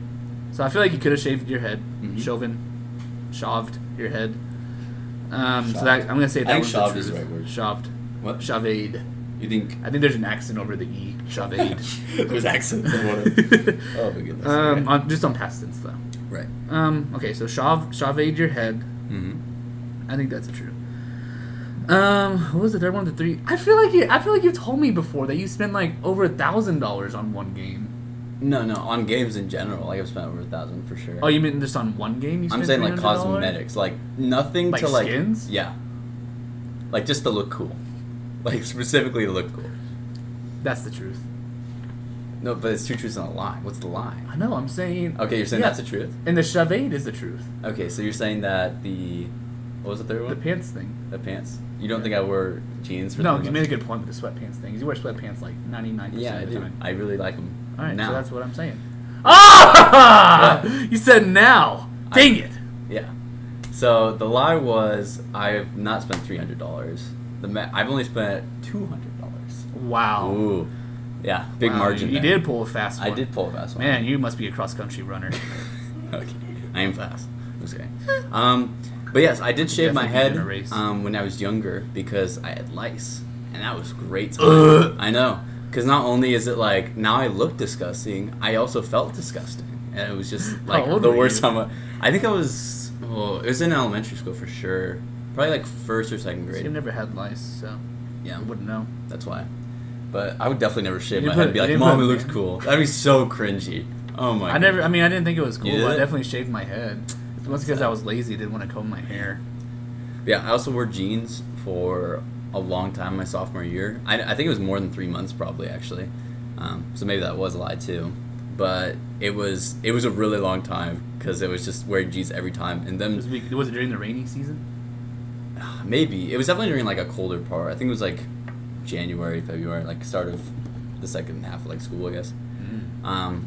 Speaker 1: So I feel like you could have shaved your head,
Speaker 2: Mhm.
Speaker 1: shaven, shoved your head. Um, so
Speaker 2: Shoved.
Speaker 1: that I'm gonna say
Speaker 2: I
Speaker 1: that
Speaker 2: think
Speaker 1: was the
Speaker 2: shoved is the
Speaker 1: truth.
Speaker 2: right word.
Speaker 1: Shoved,
Speaker 2: What?
Speaker 1: shaved.
Speaker 2: You think?
Speaker 1: I think there's an accent over the e. Shaved.
Speaker 2: There's accents in one of them. Oh my goodness.
Speaker 1: um,
Speaker 2: okay.
Speaker 1: on, just on past tense though.
Speaker 2: right.
Speaker 1: Um, okay, so shaved, shaved your head.
Speaker 2: Mm-hmm.
Speaker 1: I think that's the truth. Um, what was the third one? The three. I feel like you. I feel like you told me before that you spent like over a thousand dollars on one game.
Speaker 2: No, no. On games in general, like I've spent over a thousand for sure.
Speaker 1: Oh, you mean just on one game? You spent
Speaker 2: I'm saying like
Speaker 1: $300?
Speaker 2: cosmetics, like nothing
Speaker 1: Like
Speaker 2: to like
Speaker 1: skins?
Speaker 2: Yeah. Like just to look cool, like specifically to look cool.
Speaker 1: That's the truth.
Speaker 2: No, but it's two truths and a lie. What's the lie?
Speaker 1: I know. I'm saying.
Speaker 2: Okay, you're saying
Speaker 1: Yeah.
Speaker 2: that's the truth.
Speaker 1: And the shaved is the truth.
Speaker 2: Okay, so you're saying that the what was the third one?
Speaker 1: The pants thing.
Speaker 2: The pants. You don't think I wore jeans for
Speaker 1: No,
Speaker 2: three
Speaker 1: you made a
Speaker 2: months?
Speaker 1: good point with the sweatpants thing. You wear sweatpants like 99%
Speaker 2: Yeah, I
Speaker 1: of the
Speaker 2: do.
Speaker 1: time.
Speaker 2: I really like them.
Speaker 1: All right,
Speaker 2: now.
Speaker 1: so that's what I'm saying. Ah! You said now. Dang it.
Speaker 2: yeah. So the lie was I've not spent three hundred dollars. The ma- I've only spent two hundred dollars.
Speaker 1: Wow.
Speaker 2: Ooh, yeah, big
Speaker 1: Wow,
Speaker 2: margin.
Speaker 1: You
Speaker 2: there.
Speaker 1: did pull a fast one.
Speaker 2: I did pull a fast one.
Speaker 1: Man, you must be a cross country runner.
Speaker 2: okay, I am fast. I'm just kidding. Um, but yes, I did shave my
Speaker 1: Definitely
Speaker 2: head
Speaker 1: in a race.
Speaker 2: um, when I was younger because I had lice, and that was great. Time.
Speaker 1: Ugh.
Speaker 2: I know, because not only is it like now I look disgusting, I also felt disgusting, and it was just like
Speaker 1: old
Speaker 2: the
Speaker 1: were
Speaker 2: worst
Speaker 1: you?
Speaker 2: time. I, I think I was. Well, it was in elementary school for sure. Probably like first or second
Speaker 1: You've
Speaker 2: grade.
Speaker 1: never had lice, so
Speaker 2: Yeah,
Speaker 1: I wouldn't know.
Speaker 2: that's why. But I would definitely never shave
Speaker 1: You
Speaker 2: my
Speaker 1: put-
Speaker 2: head and be
Speaker 1: you
Speaker 2: like,
Speaker 1: didn't
Speaker 2: "Mom,
Speaker 1: put-
Speaker 2: it looks cool." That'd be so cringy. Oh my!
Speaker 1: I never. I mean, I didn't think it was cool.
Speaker 2: You
Speaker 1: but I
Speaker 2: did?
Speaker 1: definitely shaved my head. It was because I was lazy. Didn't want to comb my hair.
Speaker 2: Yeah, I also wore jeans for a long time my sophomore year. I, I think it was more than three months, probably actually. Um, so maybe that was a lie too, but it was it was a really long time because it was just wearing jeans every time. And
Speaker 1: It was,
Speaker 2: then
Speaker 1: be- was it during the rainy season?
Speaker 2: ah, maybe it was definitely during like a colder part. I think it was like January, February, like start of the second half of like school, I guess. Mm. Um,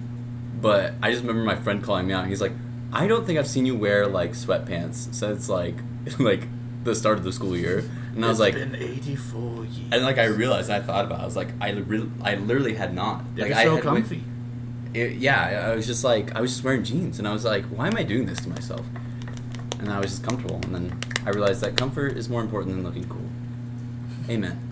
Speaker 2: but I just remember my friend calling me out. He's like, "I don't think I've seen you wear like sweatpants since like like the start of the school year." And I was like,
Speaker 1: been 84 years.
Speaker 2: And like I realized, I thought about, it, I was like, I re- I literally had not.
Speaker 1: Yeah,
Speaker 2: like
Speaker 1: it's
Speaker 2: I
Speaker 1: so
Speaker 2: had
Speaker 1: comfy.
Speaker 2: Went, it, yeah, I was just like, I was just wearing jeans, and I was like, why am I doing this to myself? And I was just comfortable, and then I realized that comfort is more important than looking cool. Amen.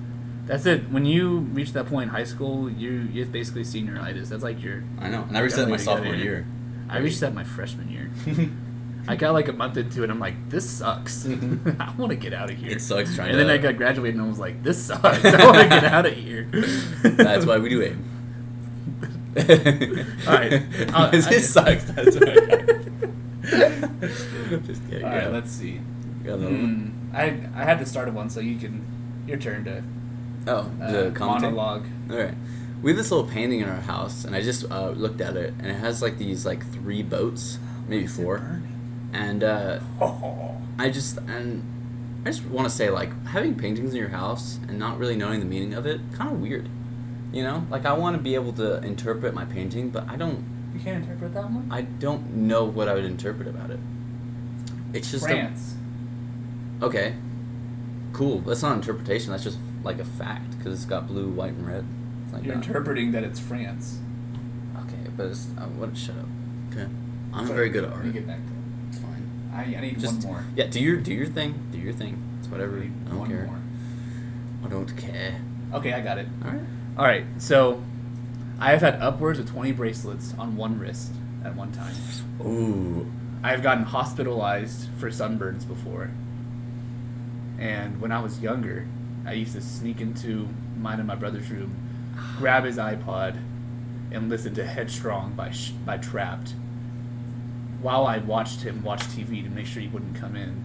Speaker 1: That's it. When you reach that point in high school, you it's basically senioritis. That's like your.
Speaker 2: I know, and I reset my
Speaker 1: Definitely
Speaker 2: sophomore
Speaker 1: gotta-
Speaker 2: year.
Speaker 1: I reached that my freshman year. I got like a month into it. I'm like, this sucks.
Speaker 2: Mhm.
Speaker 1: I want to get out of here.
Speaker 2: It sucks trying
Speaker 1: And then
Speaker 2: to-
Speaker 1: I got graduated and I was like, this sucks. I want to get out of here.
Speaker 2: That's why we do aim.
Speaker 1: Alright, uh,
Speaker 2: This
Speaker 1: I-
Speaker 2: sucks. That's why. just kidding.
Speaker 1: All
Speaker 2: yeah.
Speaker 1: right, let's see.
Speaker 2: Got another one.
Speaker 1: Hmm, I I had to start one, so you can. Your turn to
Speaker 2: Oh,
Speaker 1: uh,
Speaker 2: the commentator?
Speaker 1: monologue.
Speaker 2: All right. We have this little painting in our house, and I just uh, looked at it, and it has like these like three boats, maybe four, and uh,
Speaker 1: Oh,
Speaker 2: I just and I just want to say like having paintings in your house and not really knowing the meaning of it, kind of weird, you know. Like I want to be able to interpret my painting, but I don't,
Speaker 1: you can't interpret that one.
Speaker 2: I don't know what I would interpret about it. It's just a-
Speaker 1: France.
Speaker 2: okay, cool. That's not interpretation. That's just like a fact because it's got blue, white, and red. It's like
Speaker 1: You're
Speaker 2: that.
Speaker 1: interpreting that it's France.
Speaker 2: Okay, but it's, uh, what? Shut up. Okay. I'm
Speaker 1: Sorry,
Speaker 2: very good at
Speaker 1: let
Speaker 2: art.
Speaker 1: me get back to it.
Speaker 2: It's fine.
Speaker 1: I, I need
Speaker 2: Just
Speaker 1: one more.
Speaker 2: yeah, do your do your thing. Do your thing. It's
Speaker 1: I
Speaker 2: whatever.
Speaker 1: need
Speaker 2: I don't
Speaker 1: one
Speaker 2: care.
Speaker 1: more.
Speaker 2: I don't care.
Speaker 1: Okay, I got it.
Speaker 2: All right.
Speaker 1: All right, so I have had upwards of 20 bracelets on one wrist at one time.
Speaker 2: Ooh.
Speaker 1: I've gotten hospitalized for sunburns before. And when I was younger, I used to sneak into mine and my brother's room, grab his iPod, and listen to Headstrong by, Sh- by Trapped while I watched him watch TV to make sure he wouldn't come in.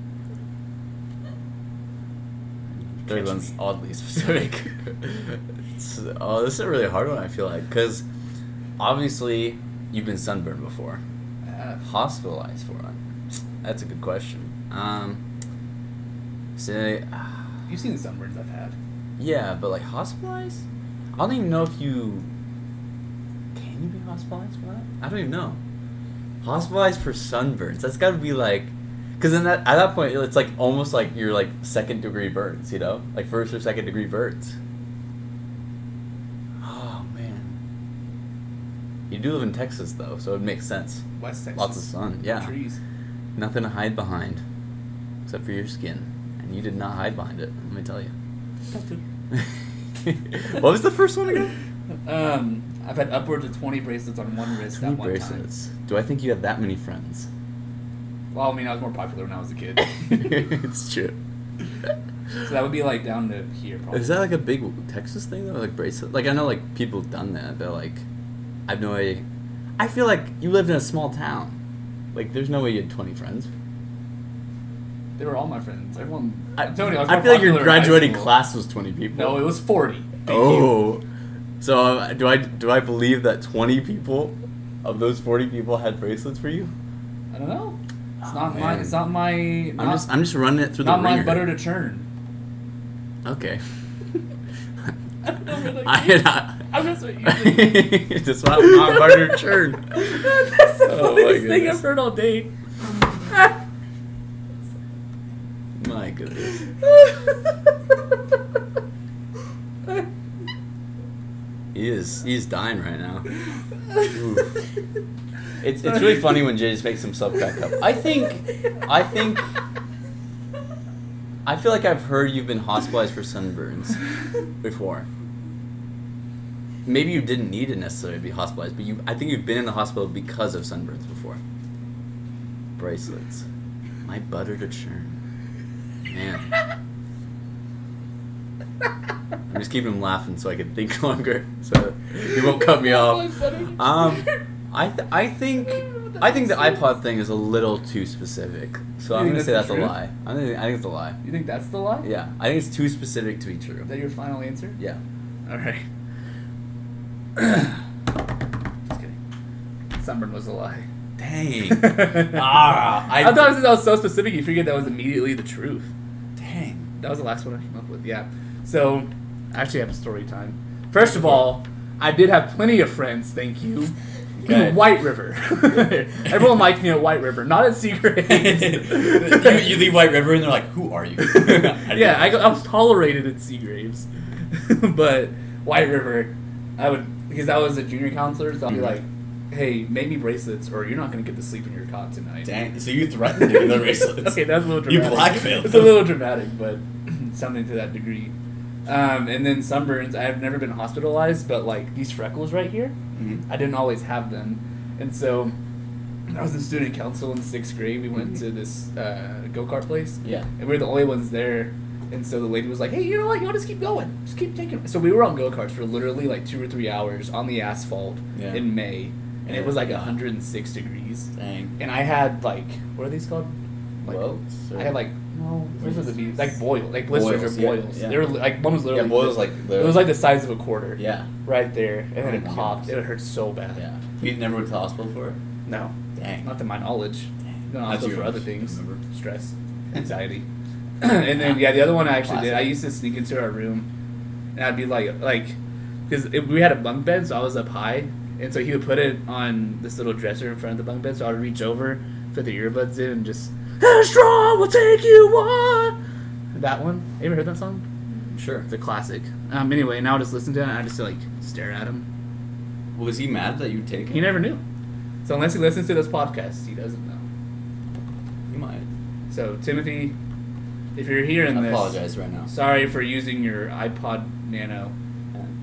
Speaker 2: Third
Speaker 1: Catch
Speaker 2: one's
Speaker 1: me.
Speaker 2: oddly specific. It's- oh, this is a really hard one. I feel like because obviously you've been sunburned before,
Speaker 1: Uh,
Speaker 2: hospitalized for it. That's a good question. Um. Say.
Speaker 1: you've seen the sunburns I've had.
Speaker 2: Yeah, but like hospitalized? I don't even know if you can you be hospitalized for that. I don't even know. Hospitalized for sunburns? That's got to be like, because then that at that point it's like almost like you're like second degree burns, you know, like first or second degree burns. Oh man. You do live in Texas though, so it makes sense.
Speaker 1: West Texas.
Speaker 2: Lots of sun, yeah.
Speaker 1: Trees.
Speaker 2: Nothing to hide behind, except for your skin, and you did not hide behind it. Let me tell you. what was the first one again?
Speaker 1: Um, I've had upwards of 20 bracelets on one wrist at one
Speaker 2: bracelets. Do I think you had that many friends?
Speaker 1: time. Well, I mean, I was more popular when I was a kid.
Speaker 2: it's true.
Speaker 1: so that would be like down to here, probably.
Speaker 2: Is that like a big Texas thing though? Like bracelet? Like I know like people have done that, but like I have no way. I feel like you lived in a small town. Like there's no way you had 20 friends.
Speaker 1: They were all my friends. Everyone.
Speaker 2: I,
Speaker 1: I'm telling you, I, Uh, was
Speaker 2: I
Speaker 1: more
Speaker 2: feel like your
Speaker 1: popular in high
Speaker 2: graduating
Speaker 1: school.
Speaker 2: class was 20 people.
Speaker 1: No, it was 40. Thank you.
Speaker 2: oh. So uh, do I do I believe that 20 people of those 40 people had bracelets for you?
Speaker 1: I don't know. It's
Speaker 2: Oh,
Speaker 1: not my.
Speaker 2: man.
Speaker 1: It's not my. Not,
Speaker 2: I'm just I'm just running it through
Speaker 1: not
Speaker 2: the
Speaker 1: my
Speaker 2: ringer.
Speaker 1: butter to churn.
Speaker 2: Okay.
Speaker 1: I don't know, really.
Speaker 2: I had not.
Speaker 1: I'm just what you think.
Speaker 2: That's why I'm not butter churn.
Speaker 1: That's the
Speaker 2: Oh, my
Speaker 1: funniest thing
Speaker 2: goodness.
Speaker 1: I've heard all day.
Speaker 2: My goodness. He is he's dying right now. It's it's really funny when Jay just makes himself crack up. I think I think I feel like I've heard you've been hospitalized for sunburns before. Maybe you didn't need to necessarily be hospitalized, but you I think you've been in the hospital because of sunburns before. Bracelets. My butter to churn. Man. I'm just keeping him laughing so I can think longer, so he won't cut me off. Um, I th- I think I think the iPod thing is a little too specific, so
Speaker 1: You
Speaker 2: I'm
Speaker 1: think
Speaker 2: gonna say
Speaker 1: that's
Speaker 2: that's
Speaker 1: the
Speaker 2: a
Speaker 1: truth?
Speaker 2: lie. I think I think it's a lie.
Speaker 1: You think that's the lie?
Speaker 2: Yeah, I think it's too specific to be
Speaker 1: Is
Speaker 2: true.
Speaker 1: that your final answer?
Speaker 2: Yeah.
Speaker 1: All right. Just kidding. Sunburn was a lie.
Speaker 2: Dang. Ah, I-
Speaker 1: I, thought since I was so specific, you figured that was immediately the truth.
Speaker 2: Dang.
Speaker 1: That was the last one I came up with. Yeah. So, I actually have a story time. First of all, I did have plenty of friends. Thank you.
Speaker 2: Good.
Speaker 1: White River. Everyone liked me at White River, not at Secret.
Speaker 2: leave White River and they're like, "Who are you?"
Speaker 1: yeah, I, go- I was tolerated at Seagraves, but White River, I would because I was a junior counselor, so I'd be
Speaker 2: Mhm.
Speaker 1: like, "Hey, make me bracelets, or you're not going to get to sleep in your cot tonight."
Speaker 2: Dang, so you threatened him with the bracelets.
Speaker 1: okay, that's a little
Speaker 2: You
Speaker 1: dramatic.
Speaker 2: blackmailed
Speaker 1: It's a
Speaker 2: him.
Speaker 1: little dramatic, but something to that degree. Um, and then sunburns. I've never been hospitalized, but like these freckles right here,
Speaker 2: Mhm.
Speaker 1: I didn't always have them, and so I was in student council in sixth grade. We went to this uh, go kart place,
Speaker 3: Yeah.
Speaker 1: and we were the only ones there. And so the lady was like, "Hey, you know what? Y'all just keep going. Just keep taking." So we were on go karts for literally like two or three hours on the asphalt
Speaker 2: Yeah.
Speaker 1: in May, and
Speaker 2: Yeah.
Speaker 1: it was like 106 degrees.
Speaker 2: Dang.
Speaker 1: And I had like, what are these called? Like,
Speaker 3: Welts or-
Speaker 1: I had like no, those are the bees, like boil, like blisters
Speaker 2: Boils,
Speaker 1: or
Speaker 2: yeah,
Speaker 1: boils.
Speaker 2: yeah.
Speaker 1: They were like one was
Speaker 2: Yeah,
Speaker 1: literally
Speaker 2: boils like the.
Speaker 1: it was like the size of a quarter.
Speaker 2: Yeah.
Speaker 1: Right there, and then
Speaker 2: Oh
Speaker 1: it
Speaker 2: my
Speaker 1: popped.
Speaker 2: goodness.
Speaker 1: It hurt so bad.
Speaker 2: Yeah. You never went to the hospital for it?
Speaker 1: No,
Speaker 2: Dang.
Speaker 1: not to my knowledge. No,
Speaker 2: Not
Speaker 1: also
Speaker 2: yours,
Speaker 1: for other things,
Speaker 2: remember.
Speaker 1: stress, anxiety, and then yeah, the other one I actually did. I
Speaker 2: Classic.
Speaker 1: used to sneak into our room, and I'd be like, like, because we had a bunk bed, so I was up high, and so he would put it on this little dresser in front of the bunk bed. So I'd reach over, put the earbuds in, and just Headstrong will take you on. That one. You ever heard that song?
Speaker 2: Sure.
Speaker 1: It's a classic. Um, anyway, now I just listen to it and I just like stare at him.
Speaker 2: Was he mad that you take him?
Speaker 1: He never knew. So unless he listens to this podcast, he doesn't know.
Speaker 2: He might.
Speaker 1: So Timothy, if you're hearing
Speaker 2: I
Speaker 1: this,
Speaker 2: apologize right now.
Speaker 1: sorry for using your iPod Nano.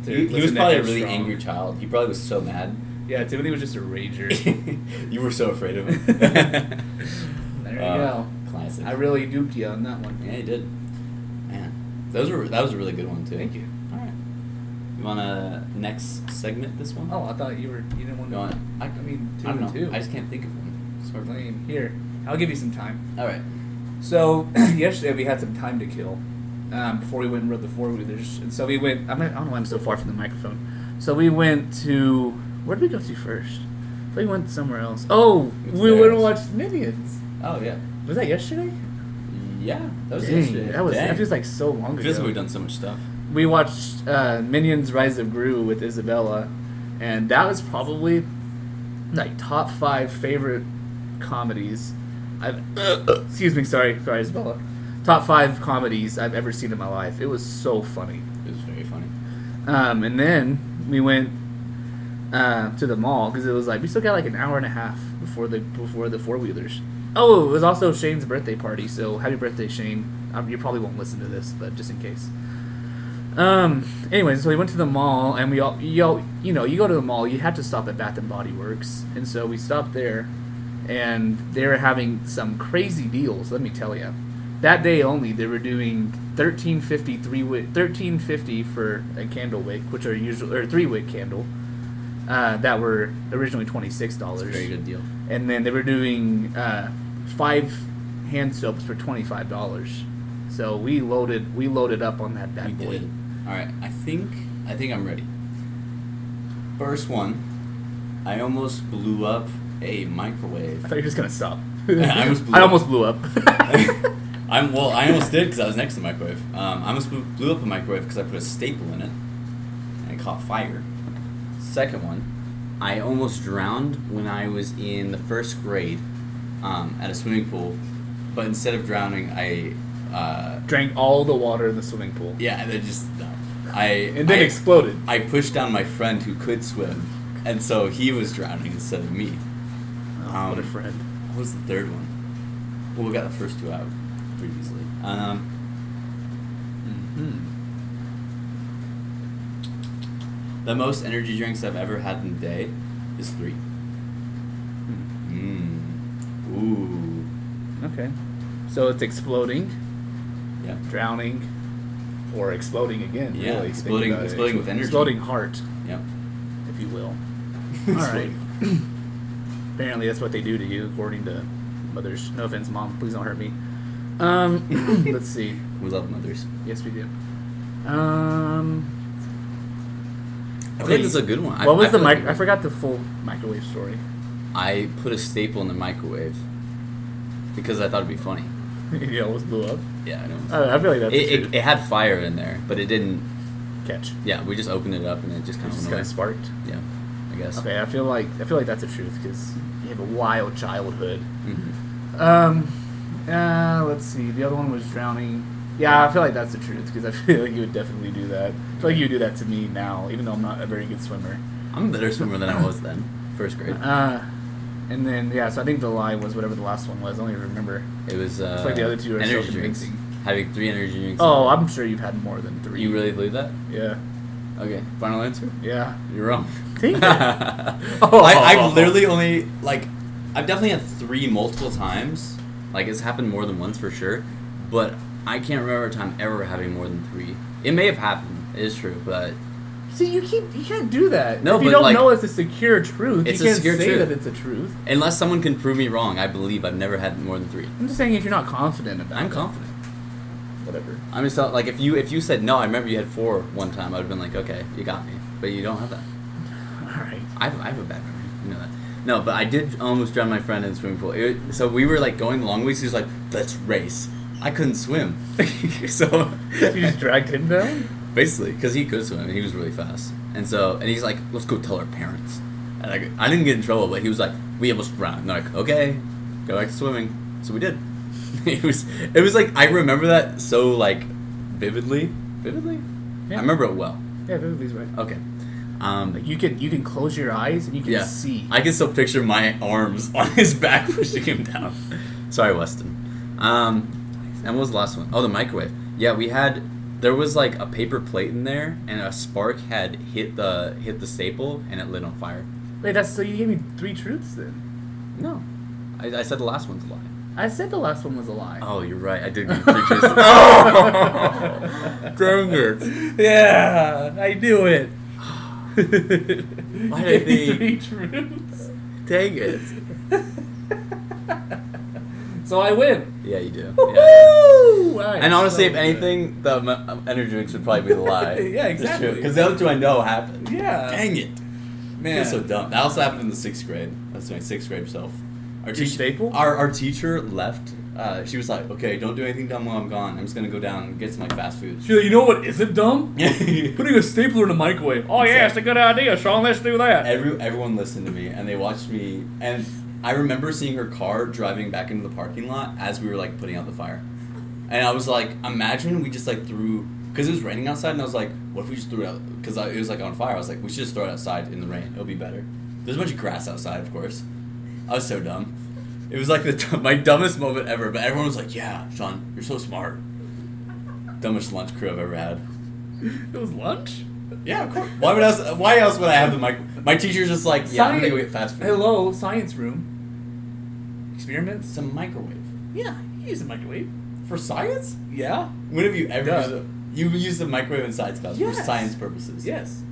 Speaker 1: to
Speaker 2: He, he was
Speaker 1: listen to
Speaker 2: probably a
Speaker 1: Headstrong.
Speaker 2: really angry child. He probably was so mad.
Speaker 1: Yeah, Timothy was just a rager.
Speaker 2: you were so afraid of him.
Speaker 1: There you
Speaker 2: Uh,
Speaker 1: go.
Speaker 2: Classic.
Speaker 1: I really duped you on that one.
Speaker 2: Yeah, he did. Man, those were that was a really good one too.
Speaker 1: Thank you.
Speaker 2: All right. You want to next segment this one?
Speaker 1: Oh, I thought you were you didn't want to.
Speaker 2: Go on.
Speaker 1: I, mean, two
Speaker 2: I don't
Speaker 1: and
Speaker 2: know.
Speaker 1: two.
Speaker 2: I just can't think of one. Sort of lame.
Speaker 1: Lame. Here, I'll give you some time.
Speaker 2: All right.
Speaker 1: So yesterday we had some time to kill um, before we went and rode the four wheelers, and so we went. I'm not, I don't know why I'm so far from the microphone. So we went to where did we go to first? I thought we went somewhere else. Oh,
Speaker 2: It's
Speaker 1: we went and
Speaker 2: theirs.
Speaker 1: watched Minions.
Speaker 2: Oh yeah.
Speaker 1: Was that yesterday?
Speaker 2: Yeah. That was
Speaker 1: Dang,
Speaker 2: yesterday.
Speaker 1: That was
Speaker 2: Dang.
Speaker 1: that feels like so long
Speaker 2: It
Speaker 1: ago.
Speaker 2: feels like we've done so much stuff.
Speaker 1: We watched uh, Minions: Rise of Gru with Isabella, and that was probably like top five favorite comedies. I've excuse me, sorry, sorry, Isabella. Top five comedies I've ever seen in my life. It was so funny.
Speaker 2: It was very funny.
Speaker 1: Um, and then we went uh, to the mall because it was like we still got like an hour and a half before the before the four wheelers. Oh, it was also Shane's birthday party, so happy birthday, Shane! Um, you probably won't listen to this, but just in case. Um. Anyway, so we went to the mall, and we all you all, you know you go to the mall, you have to stop at Bath and Body Works, and so we stopped there, and they were having some crazy deals. Let me tell you, that day only they were doing thirteen fifty three wick thirteen fifty for a candle wick, which are usually or three wick candle, uh, that were originally twenty six
Speaker 2: It's a
Speaker 1: dollars
Speaker 2: very good deal.
Speaker 1: and then they were doing uh, five hand soaps for twenty five dollars. So we loaded we loaded up on that
Speaker 2: We
Speaker 1: bad boy.
Speaker 2: did. All right. I think I think I'm ready. First one. I almost blew up a microwave.
Speaker 1: I thought you were just gonna stop.
Speaker 2: I almost blew
Speaker 1: I
Speaker 2: up.
Speaker 1: almost blew up.
Speaker 2: I'm well. I almost did because I was next to the microwave. Um, I almost blew, blew up a microwave because I put a staple in it, and it caught fire. Second one, I almost drowned when I was in the first grade um, at a swimming pool, but instead of drowning, I uh,
Speaker 1: Drank all the water in the swimming pool.
Speaker 2: yeah, and then just no. I
Speaker 1: And then
Speaker 2: I-
Speaker 1: exploded.
Speaker 2: I pushed down my friend who could swim, and so he was drowning instead of me.
Speaker 1: Oh,
Speaker 2: Um,
Speaker 1: what a friend.
Speaker 2: What was the third one? Well, we got the first two out pretty easily. Um,
Speaker 1: Hmm.
Speaker 2: The most energy drinks I've ever had in a day is three.
Speaker 1: Hmm.
Speaker 2: Mm. Ooh.
Speaker 1: Okay. So it's exploding,
Speaker 2: Yeah.
Speaker 1: drowning, or exploding again.
Speaker 2: Yeah,
Speaker 1: really, think
Speaker 2: exploding-
Speaker 1: about it.
Speaker 2: exploding with energy.
Speaker 1: Exploding heart,
Speaker 2: Yep.
Speaker 1: if you will. All right. Apparently, that's what they do to you, according to mothers. No offense, mom. Please don't hurt me. Um, let's see.
Speaker 2: We love mothers.
Speaker 1: Yes, we do. Um,
Speaker 2: I think this is a good one. I-
Speaker 1: what was
Speaker 2: I
Speaker 1: the
Speaker 2: feel like
Speaker 1: mic?
Speaker 2: we-
Speaker 1: I forgot the full microwave story.
Speaker 2: I put a staple in the microwave because I thought it'd be funny.
Speaker 1: it almost blew up.
Speaker 2: Yeah, I know.
Speaker 1: Uh, I feel like that's
Speaker 2: It,
Speaker 1: the
Speaker 2: it,
Speaker 1: truth.
Speaker 2: it had fire in there, but it didn't.
Speaker 1: catch.
Speaker 2: Yeah, we just opened it up and it just kind
Speaker 1: It's
Speaker 2: of
Speaker 1: just
Speaker 2: went
Speaker 1: kind
Speaker 2: away.
Speaker 1: of sparked.
Speaker 2: Yeah, I guess.
Speaker 1: Okay, I feel like I feel like that's the truth because you have a wild childhood.
Speaker 2: Mhm.
Speaker 1: Um, uh, let's see. The other one was drowning. Yeah, I feel like that's the truth because I feel like you would definitely do that. I feel like you would do that to me now, even though I'm not a very good swimmer.
Speaker 2: I'm a better swimmer than I was then. first grade.
Speaker 1: Uh, and then yeah, so I think the lie was whatever the last one was. I don't even remember.
Speaker 2: It was. Uh,
Speaker 1: It's like the other two are so
Speaker 2: energy drinks.
Speaker 1: convincing.
Speaker 2: Having three energy drinks.
Speaker 1: Oh, I'm sure you've had more than three.
Speaker 2: you really believe that?
Speaker 1: Yeah,
Speaker 2: Okay, final answer.
Speaker 1: yeah.
Speaker 2: You're wrong.
Speaker 1: Dang it.
Speaker 2: Oh,
Speaker 4: I, I've literally only like I've definitely had three multiple times.
Speaker 2: Like it's happened more than once for sure, but I can't remember a time ever having more than three. It may have happened. It is true, but
Speaker 1: See, you keep you can't do that.
Speaker 2: No,
Speaker 1: if you
Speaker 2: but,
Speaker 1: don't
Speaker 2: like,
Speaker 1: know it's a secure truth,
Speaker 2: it's a
Speaker 1: you can't
Speaker 2: secure
Speaker 1: say
Speaker 2: truth.
Speaker 1: that it's a truth.
Speaker 2: unless someone can prove me wrong, I believe I've never had more than three.
Speaker 1: I'm just saying if you're not confident about it.
Speaker 2: I'm confident.
Speaker 1: Whatever.
Speaker 2: I'm just not- like if you if you said no, I remember you had four one time. I'd have been like, okay, you got me, but you don't have that.
Speaker 1: All right.
Speaker 2: I have, I have a bad memory. You know that. No, but I did almost drown my friend in the swimming pool. It, so we were like going long ways. He was like, "Let's race." I couldn't swim, so
Speaker 1: You just dragged him down.
Speaker 2: basically because he could swim and he was really fast. And so and he's like, "Let's go tell our parents." And I, I didn't get in trouble, but he was like, "We almost drowned." And I'm like, "Okay, go back to swimming." So we did. it was it was like I remember that so like vividly, vividly.
Speaker 1: Yeah.
Speaker 2: I remember it well.
Speaker 1: Yeah, Vividly's right.
Speaker 2: Okay. Um,
Speaker 1: Like you can you can close your eyes and you can
Speaker 2: yeah.
Speaker 1: see.
Speaker 2: I can still picture my arms on his back pushing him down. Sorry, Weston. Um, and what was the last one? Oh, the microwave. Yeah, we had. There was like a paper plate in there, and a spark had hit the hit the staple, and it lit on fire.
Speaker 1: Wait, that's so you gave me three truths then.
Speaker 2: No, I, I said the last one's a lie.
Speaker 1: I said the last one was a lie.
Speaker 2: Oh, you're right. I did get pictures. oh, dang it!
Speaker 1: Yeah, I knew it. Why
Speaker 2: did they-
Speaker 1: three truths?
Speaker 2: Dang it!
Speaker 1: So I win.
Speaker 2: Yeah, you do. Yeah.
Speaker 1: Woo! I am
Speaker 2: And honestly,
Speaker 1: so
Speaker 2: if
Speaker 1: good.
Speaker 2: anything, the um, energy drinks would probably be the lie.
Speaker 1: Yeah, exactly.
Speaker 2: Because the other two I know happened.
Speaker 1: yeah,
Speaker 4: Dang it.
Speaker 1: man.
Speaker 4: I feel Um, so dumb. That also happened in the sixth grade. That's my sixth grade self. Our
Speaker 1: Your staple?
Speaker 4: Our, our teacher left. Uh, she was like, "Okay, don't do anything dumb while I'm gone. I'm just gonna go down and get some like fast food."
Speaker 1: Sheila, you know what isn't dumb? Putting a stapler in the microwave. Oh yeah, it's a good idea, Sean. Let's do that.
Speaker 4: Every, everyone listened to me and they watched me. And I remember seeing her car driving back into the parking lot as we were like putting out the fire. And I was like, imagine we just like threw because it was raining outside. And I was like, what if we just threw it out? Because it was like on fire. I was like, we should just throw it outside in the rain. It'll be better. There's a bunch of grass outside, of course. I was so dumb. It was like the dumb my dumbest moment ever. But everyone was like, yeah, Sean, you're so smart. Dumbest lunch crew I've ever had.
Speaker 1: It was lunch.
Speaker 4: Yeah, of course. Why would else? Why else would I have the mic? My teacher's just like, yeah, I'm gonna go get fast food.
Speaker 1: Hello, science room. Experiments.
Speaker 4: It's a microwave
Speaker 1: Yeah, you use a microwave.
Speaker 4: for science.
Speaker 1: Yeah.
Speaker 4: When have you ever
Speaker 1: Duh.
Speaker 4: used a, you use the microwave in science class for
Speaker 1: Yes.
Speaker 4: science purposes?
Speaker 1: Yes.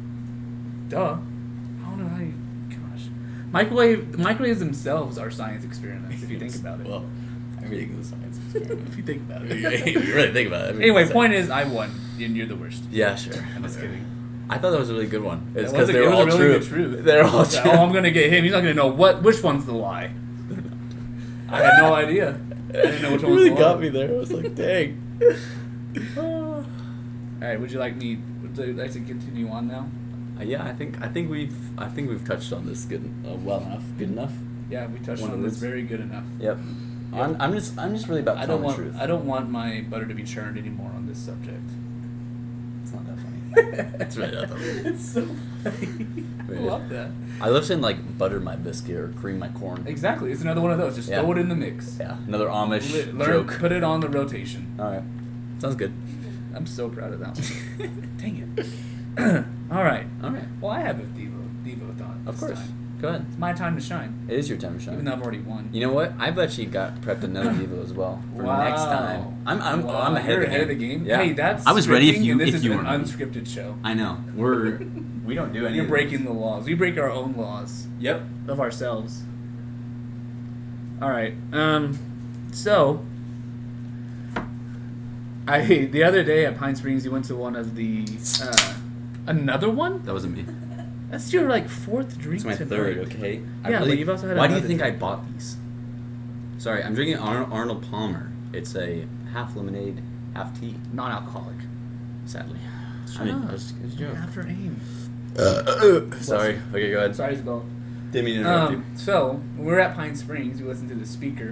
Speaker 1: Duh. I don't know how you. Gosh. Microwave microwaves themselves are science experiments. If you think about it.
Speaker 4: Well, everything is a science experiment.
Speaker 1: if you think about
Speaker 4: if
Speaker 1: it.
Speaker 4: you really think about it. everything
Speaker 1: anyway,
Speaker 4: is a-
Speaker 1: point is, I won, and you're the worst.
Speaker 2: Yeah, sure.
Speaker 1: I'm just kidding.
Speaker 2: I thought that was a really good one. It's
Speaker 1: That
Speaker 2: because
Speaker 1: was a-
Speaker 2: they were
Speaker 1: it was
Speaker 2: all
Speaker 1: a really
Speaker 2: true.
Speaker 1: good truth.
Speaker 2: They're all
Speaker 1: So,
Speaker 2: true.
Speaker 1: oh, I'm gonna get him. He's not gonna know what which one's the lie. I had no idea. I didn't know which
Speaker 2: You
Speaker 1: one was
Speaker 2: really
Speaker 1: the
Speaker 2: got
Speaker 1: lie.
Speaker 2: me there. I was like, dang.
Speaker 4: Uh,
Speaker 1: All right. Would you like me? Would you like to continue on now?
Speaker 2: Uh, yeah, I think I think we've I think we've touched on this good
Speaker 4: Uh, well enough.
Speaker 2: good enough.
Speaker 1: Yeah, we touched
Speaker 2: One
Speaker 1: on
Speaker 2: of
Speaker 1: this
Speaker 2: these.
Speaker 1: very good enough.
Speaker 2: Yep. I'm, I'm just I'm just really about
Speaker 1: I don't
Speaker 2: telling
Speaker 1: want
Speaker 2: the truth.
Speaker 1: I don't want my butter to be churned anymore on this subject.
Speaker 2: It's not that funny.
Speaker 1: it's
Speaker 2: really not that weird.
Speaker 1: It's so funny. I
Speaker 2: Really.
Speaker 1: love that.
Speaker 2: I love saying like butter my biscuit or cream my corn.
Speaker 1: Exactly. It's another one of those. Just
Speaker 2: Yeah.
Speaker 1: throw it in the mix.
Speaker 2: Yeah, another Amish
Speaker 1: Li- learn,
Speaker 2: joke.
Speaker 1: put it on the rotation.
Speaker 2: All right, sounds good.
Speaker 1: I'm so proud of that one. Dang it. All right.
Speaker 2: All right,
Speaker 1: Well, I have a Devo, Devo thought.
Speaker 2: of
Speaker 1: this
Speaker 2: course.
Speaker 1: Time.
Speaker 2: Go ahead.
Speaker 1: It's my time to shine,
Speaker 2: It is your time to shine.
Speaker 1: even though I've already won.
Speaker 2: You know what? I've actually got prepped another Devo as well for
Speaker 1: Wow.
Speaker 2: next time. I'm I'm,
Speaker 1: Wow,
Speaker 2: I'm ahead,
Speaker 1: you're
Speaker 2: of the
Speaker 1: ahead of the
Speaker 2: game.
Speaker 1: game.
Speaker 2: Yeah.
Speaker 1: Hey, that's
Speaker 2: I was ready if
Speaker 1: scripting,
Speaker 2: you-
Speaker 1: and this
Speaker 2: if
Speaker 1: is
Speaker 2: you
Speaker 1: an
Speaker 2: were ready.
Speaker 1: unscripted show.
Speaker 2: I know we're we don't do any.
Speaker 1: You're
Speaker 2: of
Speaker 1: breaking the laws. We break our own laws
Speaker 2: this. Yep.
Speaker 1: of ourselves. All right. Um. So, I the other day at Pine Springs, you went to one of the uh, another one.
Speaker 2: That wasn't me.
Speaker 1: That's your like fourth drink.
Speaker 2: It's my
Speaker 1: tonight.
Speaker 2: third. Okay. I
Speaker 1: Yeah, but you've also had
Speaker 2: Why do you
Speaker 1: another
Speaker 2: think I
Speaker 1: drink.
Speaker 2: bought these? Sorry, I'm drinking Ar- Arnold Palmer. It's a half lemonade, half tea.
Speaker 1: Non-alcoholic.
Speaker 2: Sadly.
Speaker 1: Shut
Speaker 2: I mean,
Speaker 1: up.
Speaker 2: I was, it was a joke.
Speaker 1: After aim.
Speaker 2: Sorry. Okay, go ahead.
Speaker 1: Sorry, Isabel.
Speaker 2: Didn't mean to interrupt
Speaker 1: Um, so we we're at Pine Springs. We listened to the speaker,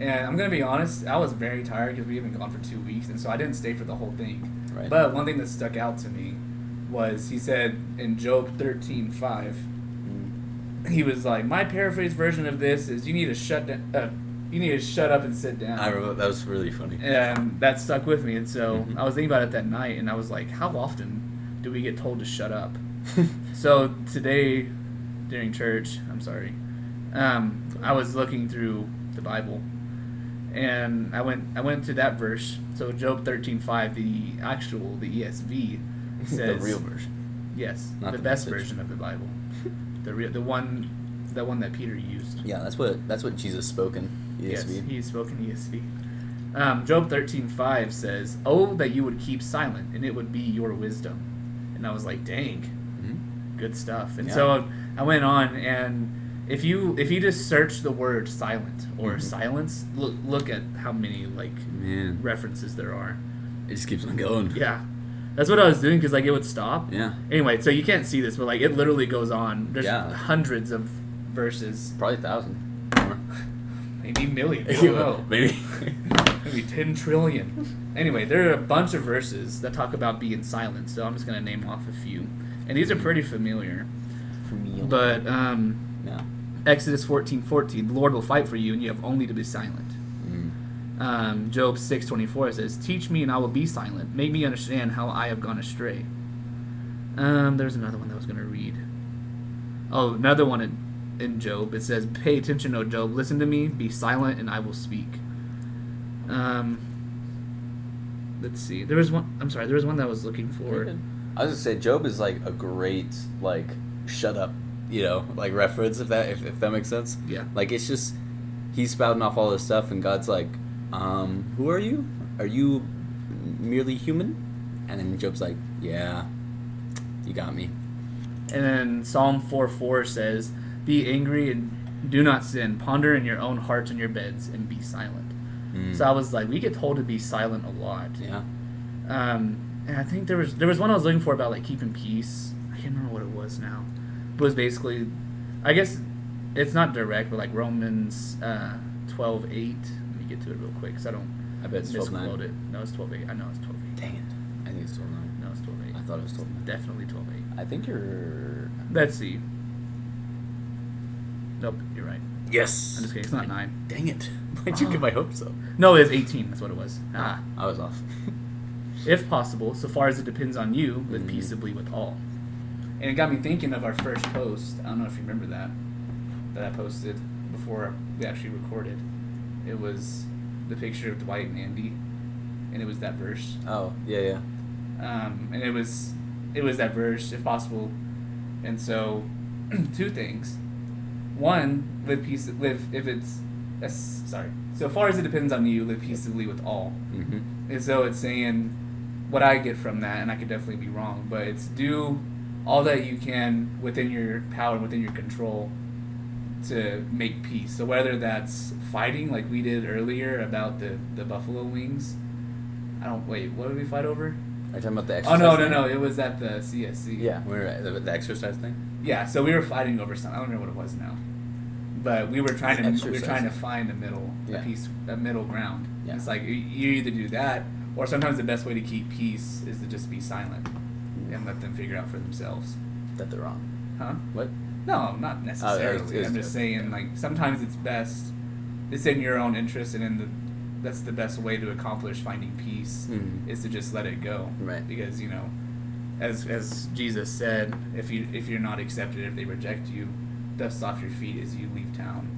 Speaker 1: and I'm gonna be honest. I was very tired because we haven't gone for two weeks, and so I didn't stay for the whole thing.
Speaker 2: Right.
Speaker 1: But one thing that stuck out to me was he said in Job thirteen five,
Speaker 2: you.
Speaker 1: he was like, my paraphrase version of this is you need to shut down, uh, you need to shut up and sit down.
Speaker 2: I remember that was really funny.
Speaker 1: and that stuck with me. And so
Speaker 2: Mhm.
Speaker 1: I was thinking about it that night, and I was like, how often do we get told to shut up? so today, during church, I'm sorry, um, I was looking through the Bible, and I went I went to that verse. So Job 13:5, the actual the ESV
Speaker 2: the
Speaker 1: says
Speaker 2: real version.
Speaker 1: yes,
Speaker 2: not
Speaker 1: the,
Speaker 2: the
Speaker 1: best
Speaker 2: message.
Speaker 1: version of the Bible, the real the one the one that Peter used.
Speaker 2: Yeah, E that's what that's what Jesus spoke in ESV.
Speaker 1: Yes, he spoke in ESV. Um, Job thirteen five says, "Oh, that you would keep silent, and it would be your wisdom." And I was like, "Dang,
Speaker 2: Mhm.
Speaker 1: good stuff." And
Speaker 2: Yeah.
Speaker 1: so I went on, and if you if you just search the word "silent" or
Speaker 2: Mhm.
Speaker 1: "silence," look look at how many like
Speaker 2: Man,
Speaker 1: references there are.
Speaker 2: it just keeps on going.
Speaker 1: Yeah, that's what I was doing because like it would stop.
Speaker 2: Yeah.
Speaker 1: Anyway, so you can't see this, but like it literally goes on. There's
Speaker 2: Yeah.
Speaker 1: hundreds of verses,
Speaker 2: Probably a thousand. More.
Speaker 1: maybe millions. I don't know.
Speaker 2: Maybe.
Speaker 1: Maybe 10 trillion. Anyway, there are a bunch of verses that talk about being silent, so I'm just going to name off a few. And these are pretty familiar.
Speaker 2: For me.
Speaker 1: But um,
Speaker 2: yeah.
Speaker 1: Exodus 14 14, the Lord will fight for you, and you have only to be silent.
Speaker 2: Mm.
Speaker 1: Um, Job 6 24 says, Teach me, and I will be silent. Make me understand how I have gone astray. Um, there's another one that I was going to read. Oh, another one in, in Job. It says, Pay attention, O Job. Listen to me. Be silent, and I will speak. Um, let's see. There was one. I'm sorry. There was one that I was looking for.
Speaker 2: I was gonna say Job is like a great like shut up, you know, like reference if that if, if that makes sense.
Speaker 1: Yeah.
Speaker 2: Like it's just he's spouting off all this stuff and God's like, um, who are you? Are you merely human? And then Job's like, Yeah, you got me.
Speaker 1: And then Psalm 4 4 says, Be angry and do not sin. Ponder in your own hearts and your beds, and be silent. So I was like, we get told to be silent a lot.
Speaker 2: Hmm. Yeah.
Speaker 1: Um, and I think there was there was one I was looking for about like keeping peace. I can't remember what it was now. But it was basically, I guess it's not direct, but like Romans uh, twelve eight. Let me get to it real quick because I don't
Speaker 2: I bet it's twelve
Speaker 1: misquote
Speaker 2: nine.
Speaker 1: it. No, it's twelve eight. I know it's twelve eight.
Speaker 2: Dang it. I think it's twelve nine.
Speaker 1: No, it's twelve eight.
Speaker 2: I thought it was twelve nine.
Speaker 1: Definitely twelve eight.
Speaker 2: I think you're
Speaker 1: Let's see. Nope, you're right.
Speaker 2: Yes.
Speaker 1: I'm just kidding. It's not Ah. nine.
Speaker 2: Dang it. Why'd you get my hopes up?
Speaker 1: No, it's eighteen. That's what it was. Ah.
Speaker 2: I was off.
Speaker 1: if possible, so far as it depends on you, live
Speaker 2: Mm.
Speaker 1: peaceably with all. And it got me thinking of our first post. I don't know if you remember that that I posted before we actually recorded. It was the picture of Dwight and Andy, and it was that verse.
Speaker 2: Oh, yeah, yeah.
Speaker 1: Um, and it was it was that verse, if possible. And so, two things. One, live peace. Live if it's uh, sorry. So far as it depends on you, live peaceably with all.
Speaker 2: Mm-hmm.
Speaker 1: And so it's saying what I get from that, and I could definitely be wrong, but it's do all that you can within your power and within your control to make peace. So whether that's fighting like we did earlier about the, the buffalo wings, I don't wait. What did we fight over?
Speaker 2: Are you talking about the
Speaker 1: Oh
Speaker 2: exercise?
Speaker 1: no no
Speaker 2: thing?
Speaker 1: no! It was at the CSC.
Speaker 2: Yeah, we were at uh, the, the exercise thing.
Speaker 1: yeah. So we were fighting over something. I don't remember what it was now, but we were trying to we were
Speaker 2: Exercise.
Speaker 1: trying to find a middle
Speaker 2: Yeah.
Speaker 1: a piece a middle ground.
Speaker 2: Yeah.
Speaker 1: It's like you- you either do that or sometimes the best way to keep peace is to just be silent and let them figure out for themselves.
Speaker 2: That they're wrong.
Speaker 1: Huh?
Speaker 2: What?
Speaker 1: No, not necessarily.
Speaker 2: Oh, it's
Speaker 1: I'm just
Speaker 2: just-
Speaker 1: saying like sometimes it's best it's in your own interest and in the that's the best way to accomplish finding peace
Speaker 2: Mhm.
Speaker 1: is to just let it go.
Speaker 2: Right.
Speaker 1: Because you know, as as Jesus said, if you if you're not accepted, if they reject you, dust off your feet as you leave town.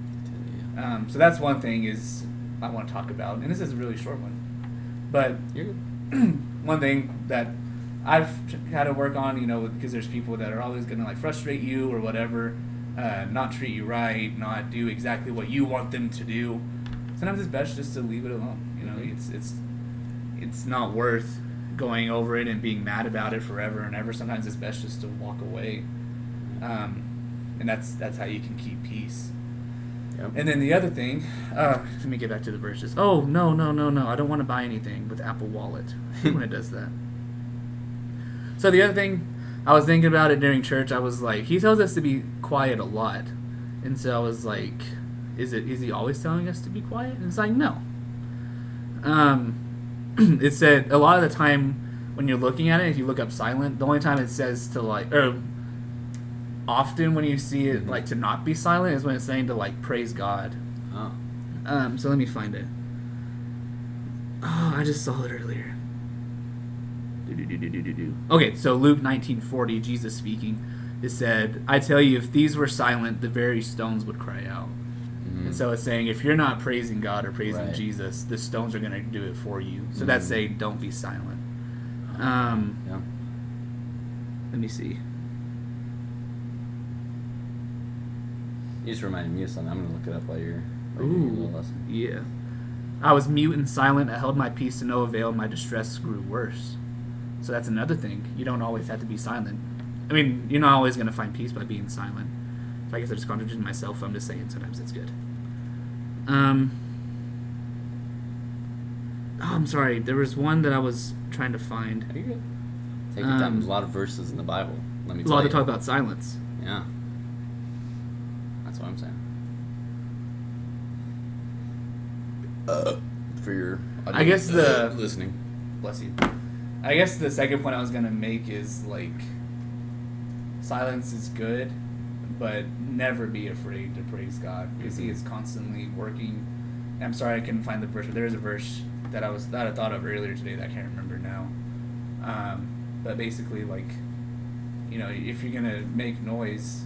Speaker 1: Um, so that's one thing is I want to talk about, and this is a really short one, but
Speaker 2: You're good.
Speaker 1: one thing that I've t- had to work on, you know, because there's people that are always going to like frustrate you or whatever, uh, not treat you right, not do exactly what you want them to do. Sometimes it's best just to leave it alone. You know, it's it's it's not worth going over it and being mad about it forever and ever. Sometimes it's best just to walk away, um, and that's that's how you can keep peace.
Speaker 2: Yep.
Speaker 1: And then the other thing, uh, let me get back to the verses. Oh no no no no! I don't want to buy anything with Apple Wallet. I hate when it does that. So the other thing, I was thinking about it during church. I was like, he tells us to be quiet a lot, and so I was like, is it is he always telling us to be quiet? And it's like no. Um, it said a lot of the time when you're looking at it, if you look up silent, the only time it says to like or often when you see it like to not be silent is when it's saying to like praise God.
Speaker 2: Oh.
Speaker 1: Um, so let me find it. Oh, I just saw it earlier. Do-do-do-do-do-do-do. Okay, so Luke 19:40, Jesus speaking, it said, "I tell you, if these were silent, the very stones would cry out."
Speaker 2: Mm-hmm.
Speaker 1: And so it's saying, if you're not praising God or praising
Speaker 2: Hmm. Right.
Speaker 1: Jesus, the stones are going to do it for you. So that's saying, don't be silent. Um,
Speaker 2: Yeah.
Speaker 1: let me see.
Speaker 2: You just reminded me of something. I'm gonna look it up while you're. while you're doing your
Speaker 1: Ooh,
Speaker 2: lesson.
Speaker 1: yeah. I was mute and silent. I held my peace to no avail. My distress grew worse. So that's another thing. You don't always have to be silent. I mean, you're not always going to find peace by being silent. So I guess I just contradicted myself. I'm just saying sometimes it's good. Um. oh, I'm sorry. There was one that I was trying to find.
Speaker 2: Are you good? Take your time.
Speaker 1: Um,
Speaker 2: There's a lot of verses in the Bible. Let me
Speaker 1: A
Speaker 2: tell
Speaker 1: lot
Speaker 2: you.
Speaker 1: of talk about silence.
Speaker 2: Yeah. That's what I'm saying. Uh, for your. uh,
Speaker 1: I guess the-
Speaker 2: listening. Bless you.
Speaker 1: I guess the second point I was gonna make is like silence is good, but never be afraid to praise God because He is constantly working. And I'm sorry I couldn't find the verse, but there is a verse that I was that I thought of earlier today that I can't remember now. Um, but basically, like you know, if you're gonna make noise,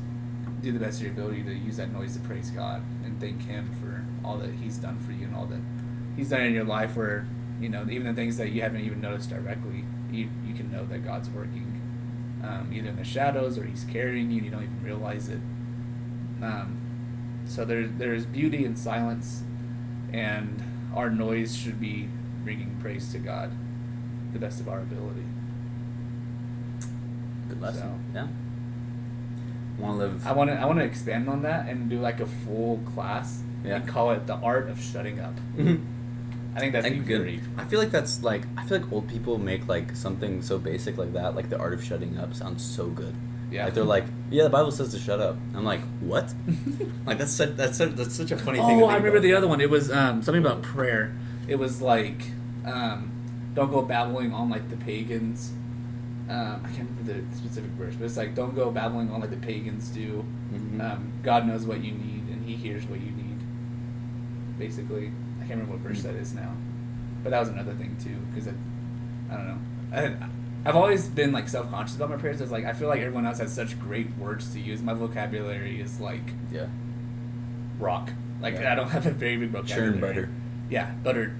Speaker 1: do the best of your ability to use that noise to praise God and thank Him for all that He's done for you and all that He's done in your life. Where you know, even the things that you haven't even noticed directly, you you can know that God's working, um, either in the shadows or He's carrying you and you don't even realize it. Um, so there there's beauty in silence, and our noise should be bringing praise to God, the best of our ability.
Speaker 2: Good lesson.
Speaker 1: So-
Speaker 2: Yeah. Want to live.
Speaker 1: I want to I want to expand on that and do like a full class
Speaker 2: Yeah.
Speaker 1: and call it the art of shutting up. I think that's
Speaker 2: I think
Speaker 1: great.
Speaker 2: good. I feel like that's like I feel like old people make like something so basic like that, like the art of shutting up, sounds so good.
Speaker 1: Yeah.
Speaker 2: Like they're like, yeah, the Bible says to shut up. I'm like, what?
Speaker 4: Like that's such, that's such, that's such a funny thing. to
Speaker 1: Oh,
Speaker 4: think
Speaker 1: I remember
Speaker 4: about.
Speaker 1: the other one. It was um, something about prayer. It was like um, don't go babbling on like the pagans. Um, I can't remember the specific verse, but it's like don't go babbling on like the pagans do.
Speaker 4: Mm-hmm.
Speaker 1: Um, God knows what you need and He hears what you need. Basically, I can't remember what verse that is now, but that was another thing too because I, I don't know. I, I've always been like self conscious about my prayers. It's like I feel like everyone else has such great words to use. My vocabulary is like
Speaker 2: yeah.
Speaker 1: rock. Like
Speaker 2: Yeah.
Speaker 1: I don't have a very big vocabulary.
Speaker 2: Churn butter.
Speaker 1: Yeah, buttered.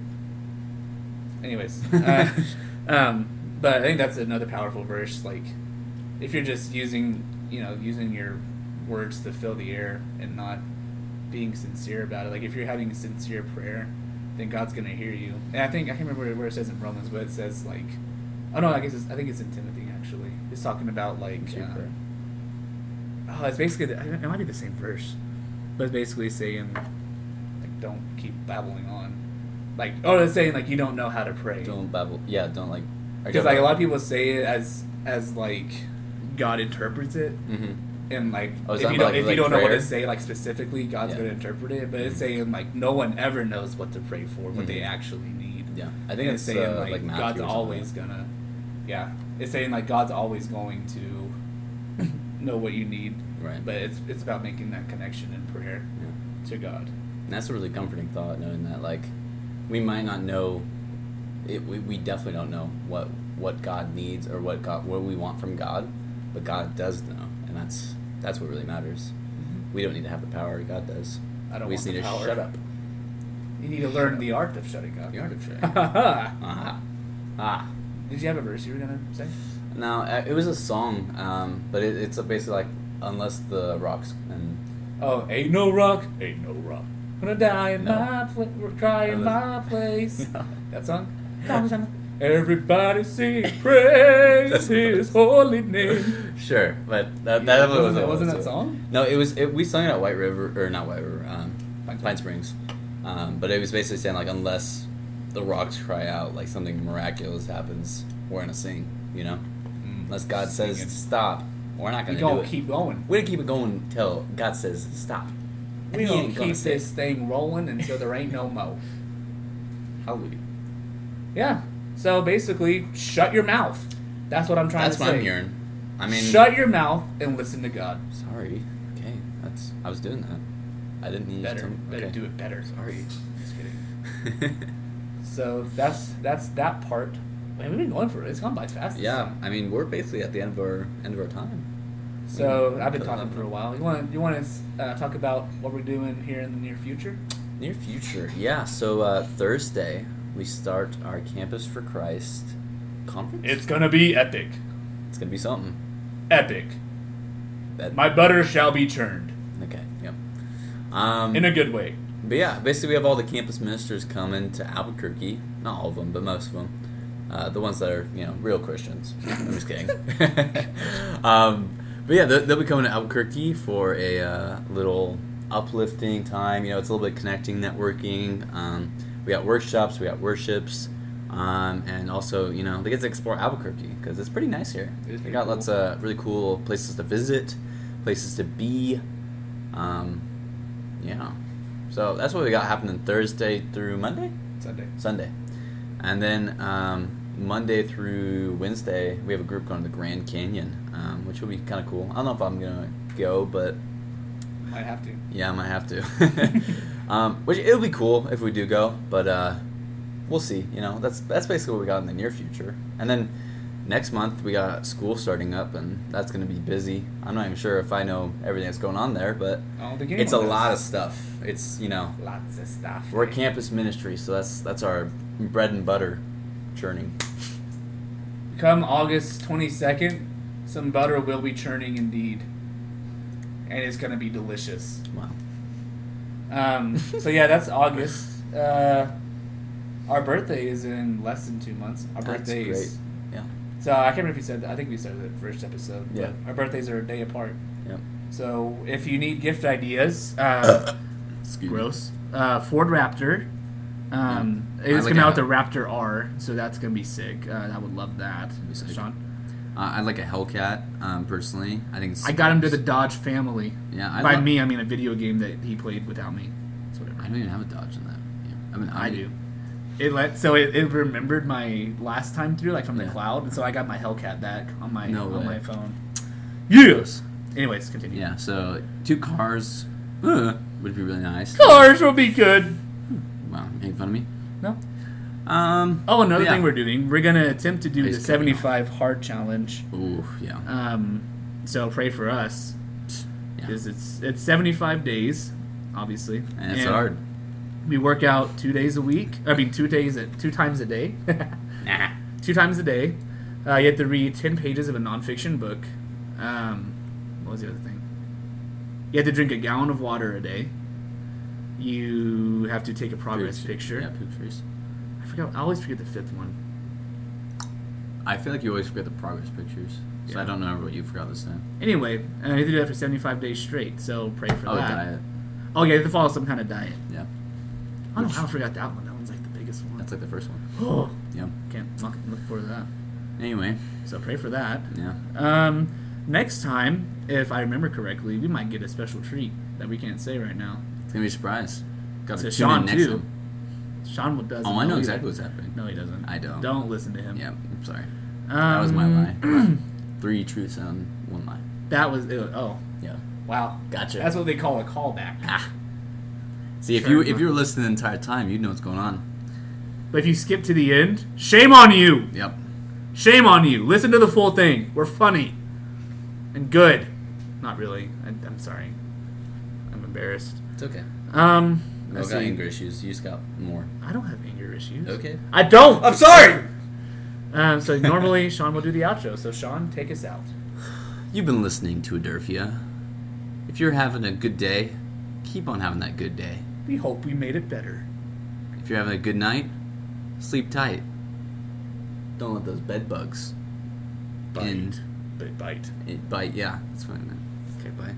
Speaker 1: Anyways, uh, um, but I think that's another powerful verse. Like, if you're just using, you know, using your words to fill the air and not being sincere about it. Like, if you're having a sincere prayer, then God's gonna hear you. And I think I can't remember where it says in Romans, but it says like, oh no, I guess it's, I think it's in Timothy actually. It's talking about like.
Speaker 2: Sincere
Speaker 1: um,
Speaker 2: prayer.
Speaker 1: Oh, it's basically the, it might be the same verse, but it's basically saying like don't keep babbling on, like oh it's saying like you don't know how to pray
Speaker 2: Don't babble. Yeah, don't like.
Speaker 1: because like a lot of people say it as as like God interprets it
Speaker 2: Mm-hmm.
Speaker 1: and like
Speaker 2: Oh, is
Speaker 1: if
Speaker 2: that
Speaker 1: you don't
Speaker 2: like-
Speaker 1: if you
Speaker 2: like
Speaker 1: don't know what
Speaker 2: prayer?
Speaker 1: to say like specifically God's
Speaker 2: Yeah.
Speaker 1: gonna interpret it, but it's saying like no one ever knows what to pray for what they actually need.
Speaker 2: Mm-hmm. Yeah, I
Speaker 1: I
Speaker 2: think
Speaker 1: think it's
Speaker 2: it's
Speaker 1: saying
Speaker 2: uh,
Speaker 1: like,
Speaker 2: like, Matthew
Speaker 1: God's
Speaker 2: or something.
Speaker 1: always gonna, yeah. It's saying like God's always going to know what you need,
Speaker 2: Right.
Speaker 1: But it's it's about making that connection in prayer
Speaker 2: Yeah.
Speaker 1: to God.
Speaker 2: And that's a really comforting thought, knowing that like we might not know, it, we, we definitely don't know what what God needs or what God what we want from God, but God does know, and that's that's what really matters. We don't need to have the power; God does.
Speaker 1: Mm-hmm. I don't
Speaker 2: we
Speaker 1: want
Speaker 2: just
Speaker 1: the
Speaker 2: need to
Speaker 1: power.
Speaker 2: shut up.
Speaker 1: You need to learn the art of shutting up.
Speaker 2: The art of shutting.
Speaker 1: art.
Speaker 2: ah, ah.
Speaker 1: Did you have a verse you were gonna say?
Speaker 2: Now uh, it was a song, um, but it, it's basically like unless the rocks and
Speaker 1: Oh, ain't no rock, ain't no rock. Gonna die in
Speaker 2: No.
Speaker 1: my place, cry in my
Speaker 2: That
Speaker 1: place.
Speaker 2: No.
Speaker 1: That song? Everybody sing, praise
Speaker 2: That's
Speaker 1: his holy name.
Speaker 2: Sure, but that,
Speaker 1: Yeah,
Speaker 2: that
Speaker 1: wasn't
Speaker 2: wasn't,
Speaker 1: that- wasn't that
Speaker 2: it.
Speaker 1: song?
Speaker 2: No, it was. It, we sung it at White River or not White River, um,
Speaker 1: Pine
Speaker 2: Pine, Springs. Um, but it was basically saying like, unless the rocks cry out, like something miraculous happens, we're gonna sing. You know, Mm, unless God says
Speaker 1: Singing.
Speaker 2: stop, we're not
Speaker 1: We
Speaker 2: gonna do
Speaker 1: gonna
Speaker 2: it.
Speaker 1: keep going.
Speaker 2: We're gonna keep it going till God says stop.
Speaker 1: We gonna
Speaker 2: ain't gonna
Speaker 1: keep
Speaker 2: say-
Speaker 1: this thing rolling until there ain't no mo.
Speaker 2: Hallelujah.
Speaker 1: Yeah. So basically, shut your mouth. That's what I'm trying
Speaker 2: That's
Speaker 1: to
Speaker 2: what
Speaker 1: say.
Speaker 2: I'm hearing.
Speaker 4: I mean,
Speaker 1: shut your mouth and listen to God.
Speaker 2: Sorry. Okay, that's. I was doing that. I didn't need
Speaker 1: Better,
Speaker 2: to.
Speaker 1: better do it better.
Speaker 2: Sorry.
Speaker 1: Just kidding.
Speaker 2: it.
Speaker 1: So that's that's that part. Man, we've been going for it. It's gone by fast. this
Speaker 2: yeah,
Speaker 1: time.
Speaker 2: I mean, we're basically at the end of our end of our time.
Speaker 1: So I've been
Speaker 2: Cut it
Speaker 1: talking
Speaker 2: out.
Speaker 1: for a while. You want you want to uh, talk about what we're doing here in the near future?
Speaker 2: Near future. Yeah. So uh, Thursday we start our Campus for Christ conference.
Speaker 1: gonna be epic,
Speaker 2: It's gonna be something.
Speaker 1: epic.
Speaker 2: That,
Speaker 1: butter shall be churned
Speaker 2: okay. Yep. Um,
Speaker 1: a good way.
Speaker 2: But yeah, basically we have all the campus ministers coming to Albuquerque. Not all of them, but most of them. Uh, the ones that are, you know, real Christians. I'm just kidding. um, but yeah, they'll, they'll be coming to Albuquerque for a uh, little uplifting time. You know, it's a little bit connecting, networking. Um, we got workshops, we got worships, um, and also, you know, they get to explore Albuquerque because it's pretty nice here.
Speaker 1: It is
Speaker 2: They
Speaker 1: pretty
Speaker 2: got
Speaker 1: cool.
Speaker 2: lots of really cool places to visit, places to be. Um, yeah. So that's what we got happening Thursday through Monday,
Speaker 1: Sunday.
Speaker 2: Sunday, and then um, Monday through Wednesday we have a group going to the Grand Canyon, um, which will be kind of cool. I don't know if I'm gonna go, but
Speaker 1: Might have to.
Speaker 2: yeah, I might have to. um, which it'll be cool if we do go, but uh, we'll see. You know, that's that's basically what we got in the near future. And then next month we got school starting up, and that's gonna be busy. I'm not even sure if I know everything that's going on there, but
Speaker 1: I don't think anyone
Speaker 2: it's a
Speaker 1: does.
Speaker 2: lot of stuff. It's you know
Speaker 1: lots of stuff.
Speaker 2: we're a campus ministry, so that's that's our bread and butter churning.
Speaker 1: Come August twenty second, some butter will be churning indeed, and it's gonna be delicious.
Speaker 2: Wow.
Speaker 1: Um, so yeah, that's August. Uh, our birthday is in less than two months. Our
Speaker 2: That's
Speaker 1: birthdays.
Speaker 2: great. Yeah.
Speaker 1: So I can't remember if you said that. I think we said that first episode. but
Speaker 2: Yeah.
Speaker 1: Our birthdays are a day apart.
Speaker 2: Yep.
Speaker 1: So if you need gift ideas, uh,
Speaker 2: Excuse
Speaker 1: gross. Uh, Ford Raptor. Um,
Speaker 2: Mm. I
Speaker 1: it's
Speaker 2: like
Speaker 1: coming out with
Speaker 2: that.
Speaker 1: the Raptor R, so that's gonna be sick. Uh, I would love that.
Speaker 2: be sick.
Speaker 1: Sean,
Speaker 2: Uh, I like a Hellcat um, personally. I think it's,
Speaker 1: I got him to the Dodge family.
Speaker 2: yeah. I
Speaker 1: By
Speaker 2: lo-
Speaker 1: me, I mean a video game that he played without me. It's whatever.
Speaker 2: I don't even have a Dodge in that. Yeah. I mean,
Speaker 1: I do. It let so it, it remembered my last time through, like from the
Speaker 2: Yeah.
Speaker 1: cloud, and so I got my Hellcat back on my
Speaker 2: No
Speaker 1: on
Speaker 2: way.
Speaker 1: my phone. Yes. Anyways, continue.
Speaker 2: Yeah. So two cars uh, would be really nice.
Speaker 1: Cars will be good.
Speaker 2: Wow. you Making fun of me.
Speaker 1: No.
Speaker 2: Um.
Speaker 1: Oh, another
Speaker 2: Yeah.
Speaker 1: thing we're doing, we're gonna attempt to do
Speaker 2: Please
Speaker 1: the
Speaker 2: carry
Speaker 1: seventy five hard challenge.
Speaker 2: Ooh. Yeah.
Speaker 1: Um, so pray for us,
Speaker 2: Yeah.
Speaker 1: because it's it's seventy five days, obviously,
Speaker 2: and it's hard.
Speaker 1: We work out two days a week. I mean, two days at two times a day.
Speaker 2: Nah.
Speaker 1: two times a day. Uh, you have to read 10 pages of a nonfiction book. Um, what was the other thing? You have to drink a gallon of water a day. You have to take a progress
Speaker 2: Poop-
Speaker 1: picture.
Speaker 2: Yeah. Poop trees.
Speaker 1: I forgot. I always forget the fifth one.
Speaker 2: I feel like you always forget the progress pictures, so
Speaker 1: Yeah.
Speaker 2: I don't know what you forgot this time.
Speaker 1: Anyway, uh, you have to do that for 75 days straight, so pray for
Speaker 2: Oh,
Speaker 1: that.
Speaker 2: diet.
Speaker 1: Oh, yeah, you have to follow some kind of diet.
Speaker 2: Yeah.
Speaker 1: I don't know
Speaker 2: Which-
Speaker 1: how I forgot that one. That one's like the biggest one.
Speaker 2: That's like the first one.
Speaker 1: oh,
Speaker 2: Yeah.
Speaker 1: can't look, look forward to that.
Speaker 2: Anyway,
Speaker 1: So pray for that.
Speaker 2: yeah.
Speaker 1: Um, next time, if I remember correctly, we might get a special treat that we can't say right now.
Speaker 2: It's gonna be a surprise. Got
Speaker 1: To
Speaker 2: tune in
Speaker 1: Sean
Speaker 2: next
Speaker 1: too.
Speaker 2: time.
Speaker 1: Sean will- doesn't.
Speaker 2: Oh, I know
Speaker 1: either.
Speaker 2: exactly what's happening.
Speaker 1: No, he doesn't.
Speaker 2: I don't.
Speaker 1: Don't listen to him.
Speaker 2: Yeah, I'm sorry.
Speaker 1: Um,
Speaker 2: That was my lie. Three truths and one lie.
Speaker 1: That was it. Oh,
Speaker 2: Yeah.
Speaker 1: wow.
Speaker 2: Gotcha.
Speaker 1: That's what they call a callback.
Speaker 2: Ah. See, if
Speaker 1: Sure,
Speaker 2: you
Speaker 1: come
Speaker 2: if
Speaker 1: on.
Speaker 2: you were listening the entire time, you'd know what's going on.
Speaker 1: But if you skip to the end, shame on you.
Speaker 2: Yep.
Speaker 1: Shame on you. Listen to the full thing. We're funny and good. Not really. I, I'm sorry. I'm embarrassed.
Speaker 2: It's okay.
Speaker 1: Um,
Speaker 2: I
Speaker 1: let's
Speaker 2: got
Speaker 1: see.
Speaker 2: anger issues. You just got more.
Speaker 1: I don't have anger issues.
Speaker 2: Okay.
Speaker 1: I don't.
Speaker 2: I'm sorry.
Speaker 1: Um, so normally Sean will do the outro. So Sean, take us out.
Speaker 2: You've been listening to Adurfia. If you're having a good day, keep on having that good day.
Speaker 1: We hope we made it better.
Speaker 2: If you're having a good night, sleep tight. Don't let those bed bugs. Bite.
Speaker 1: Bite.
Speaker 2: It bite. Yeah, that's fine. Man. Okay, bye.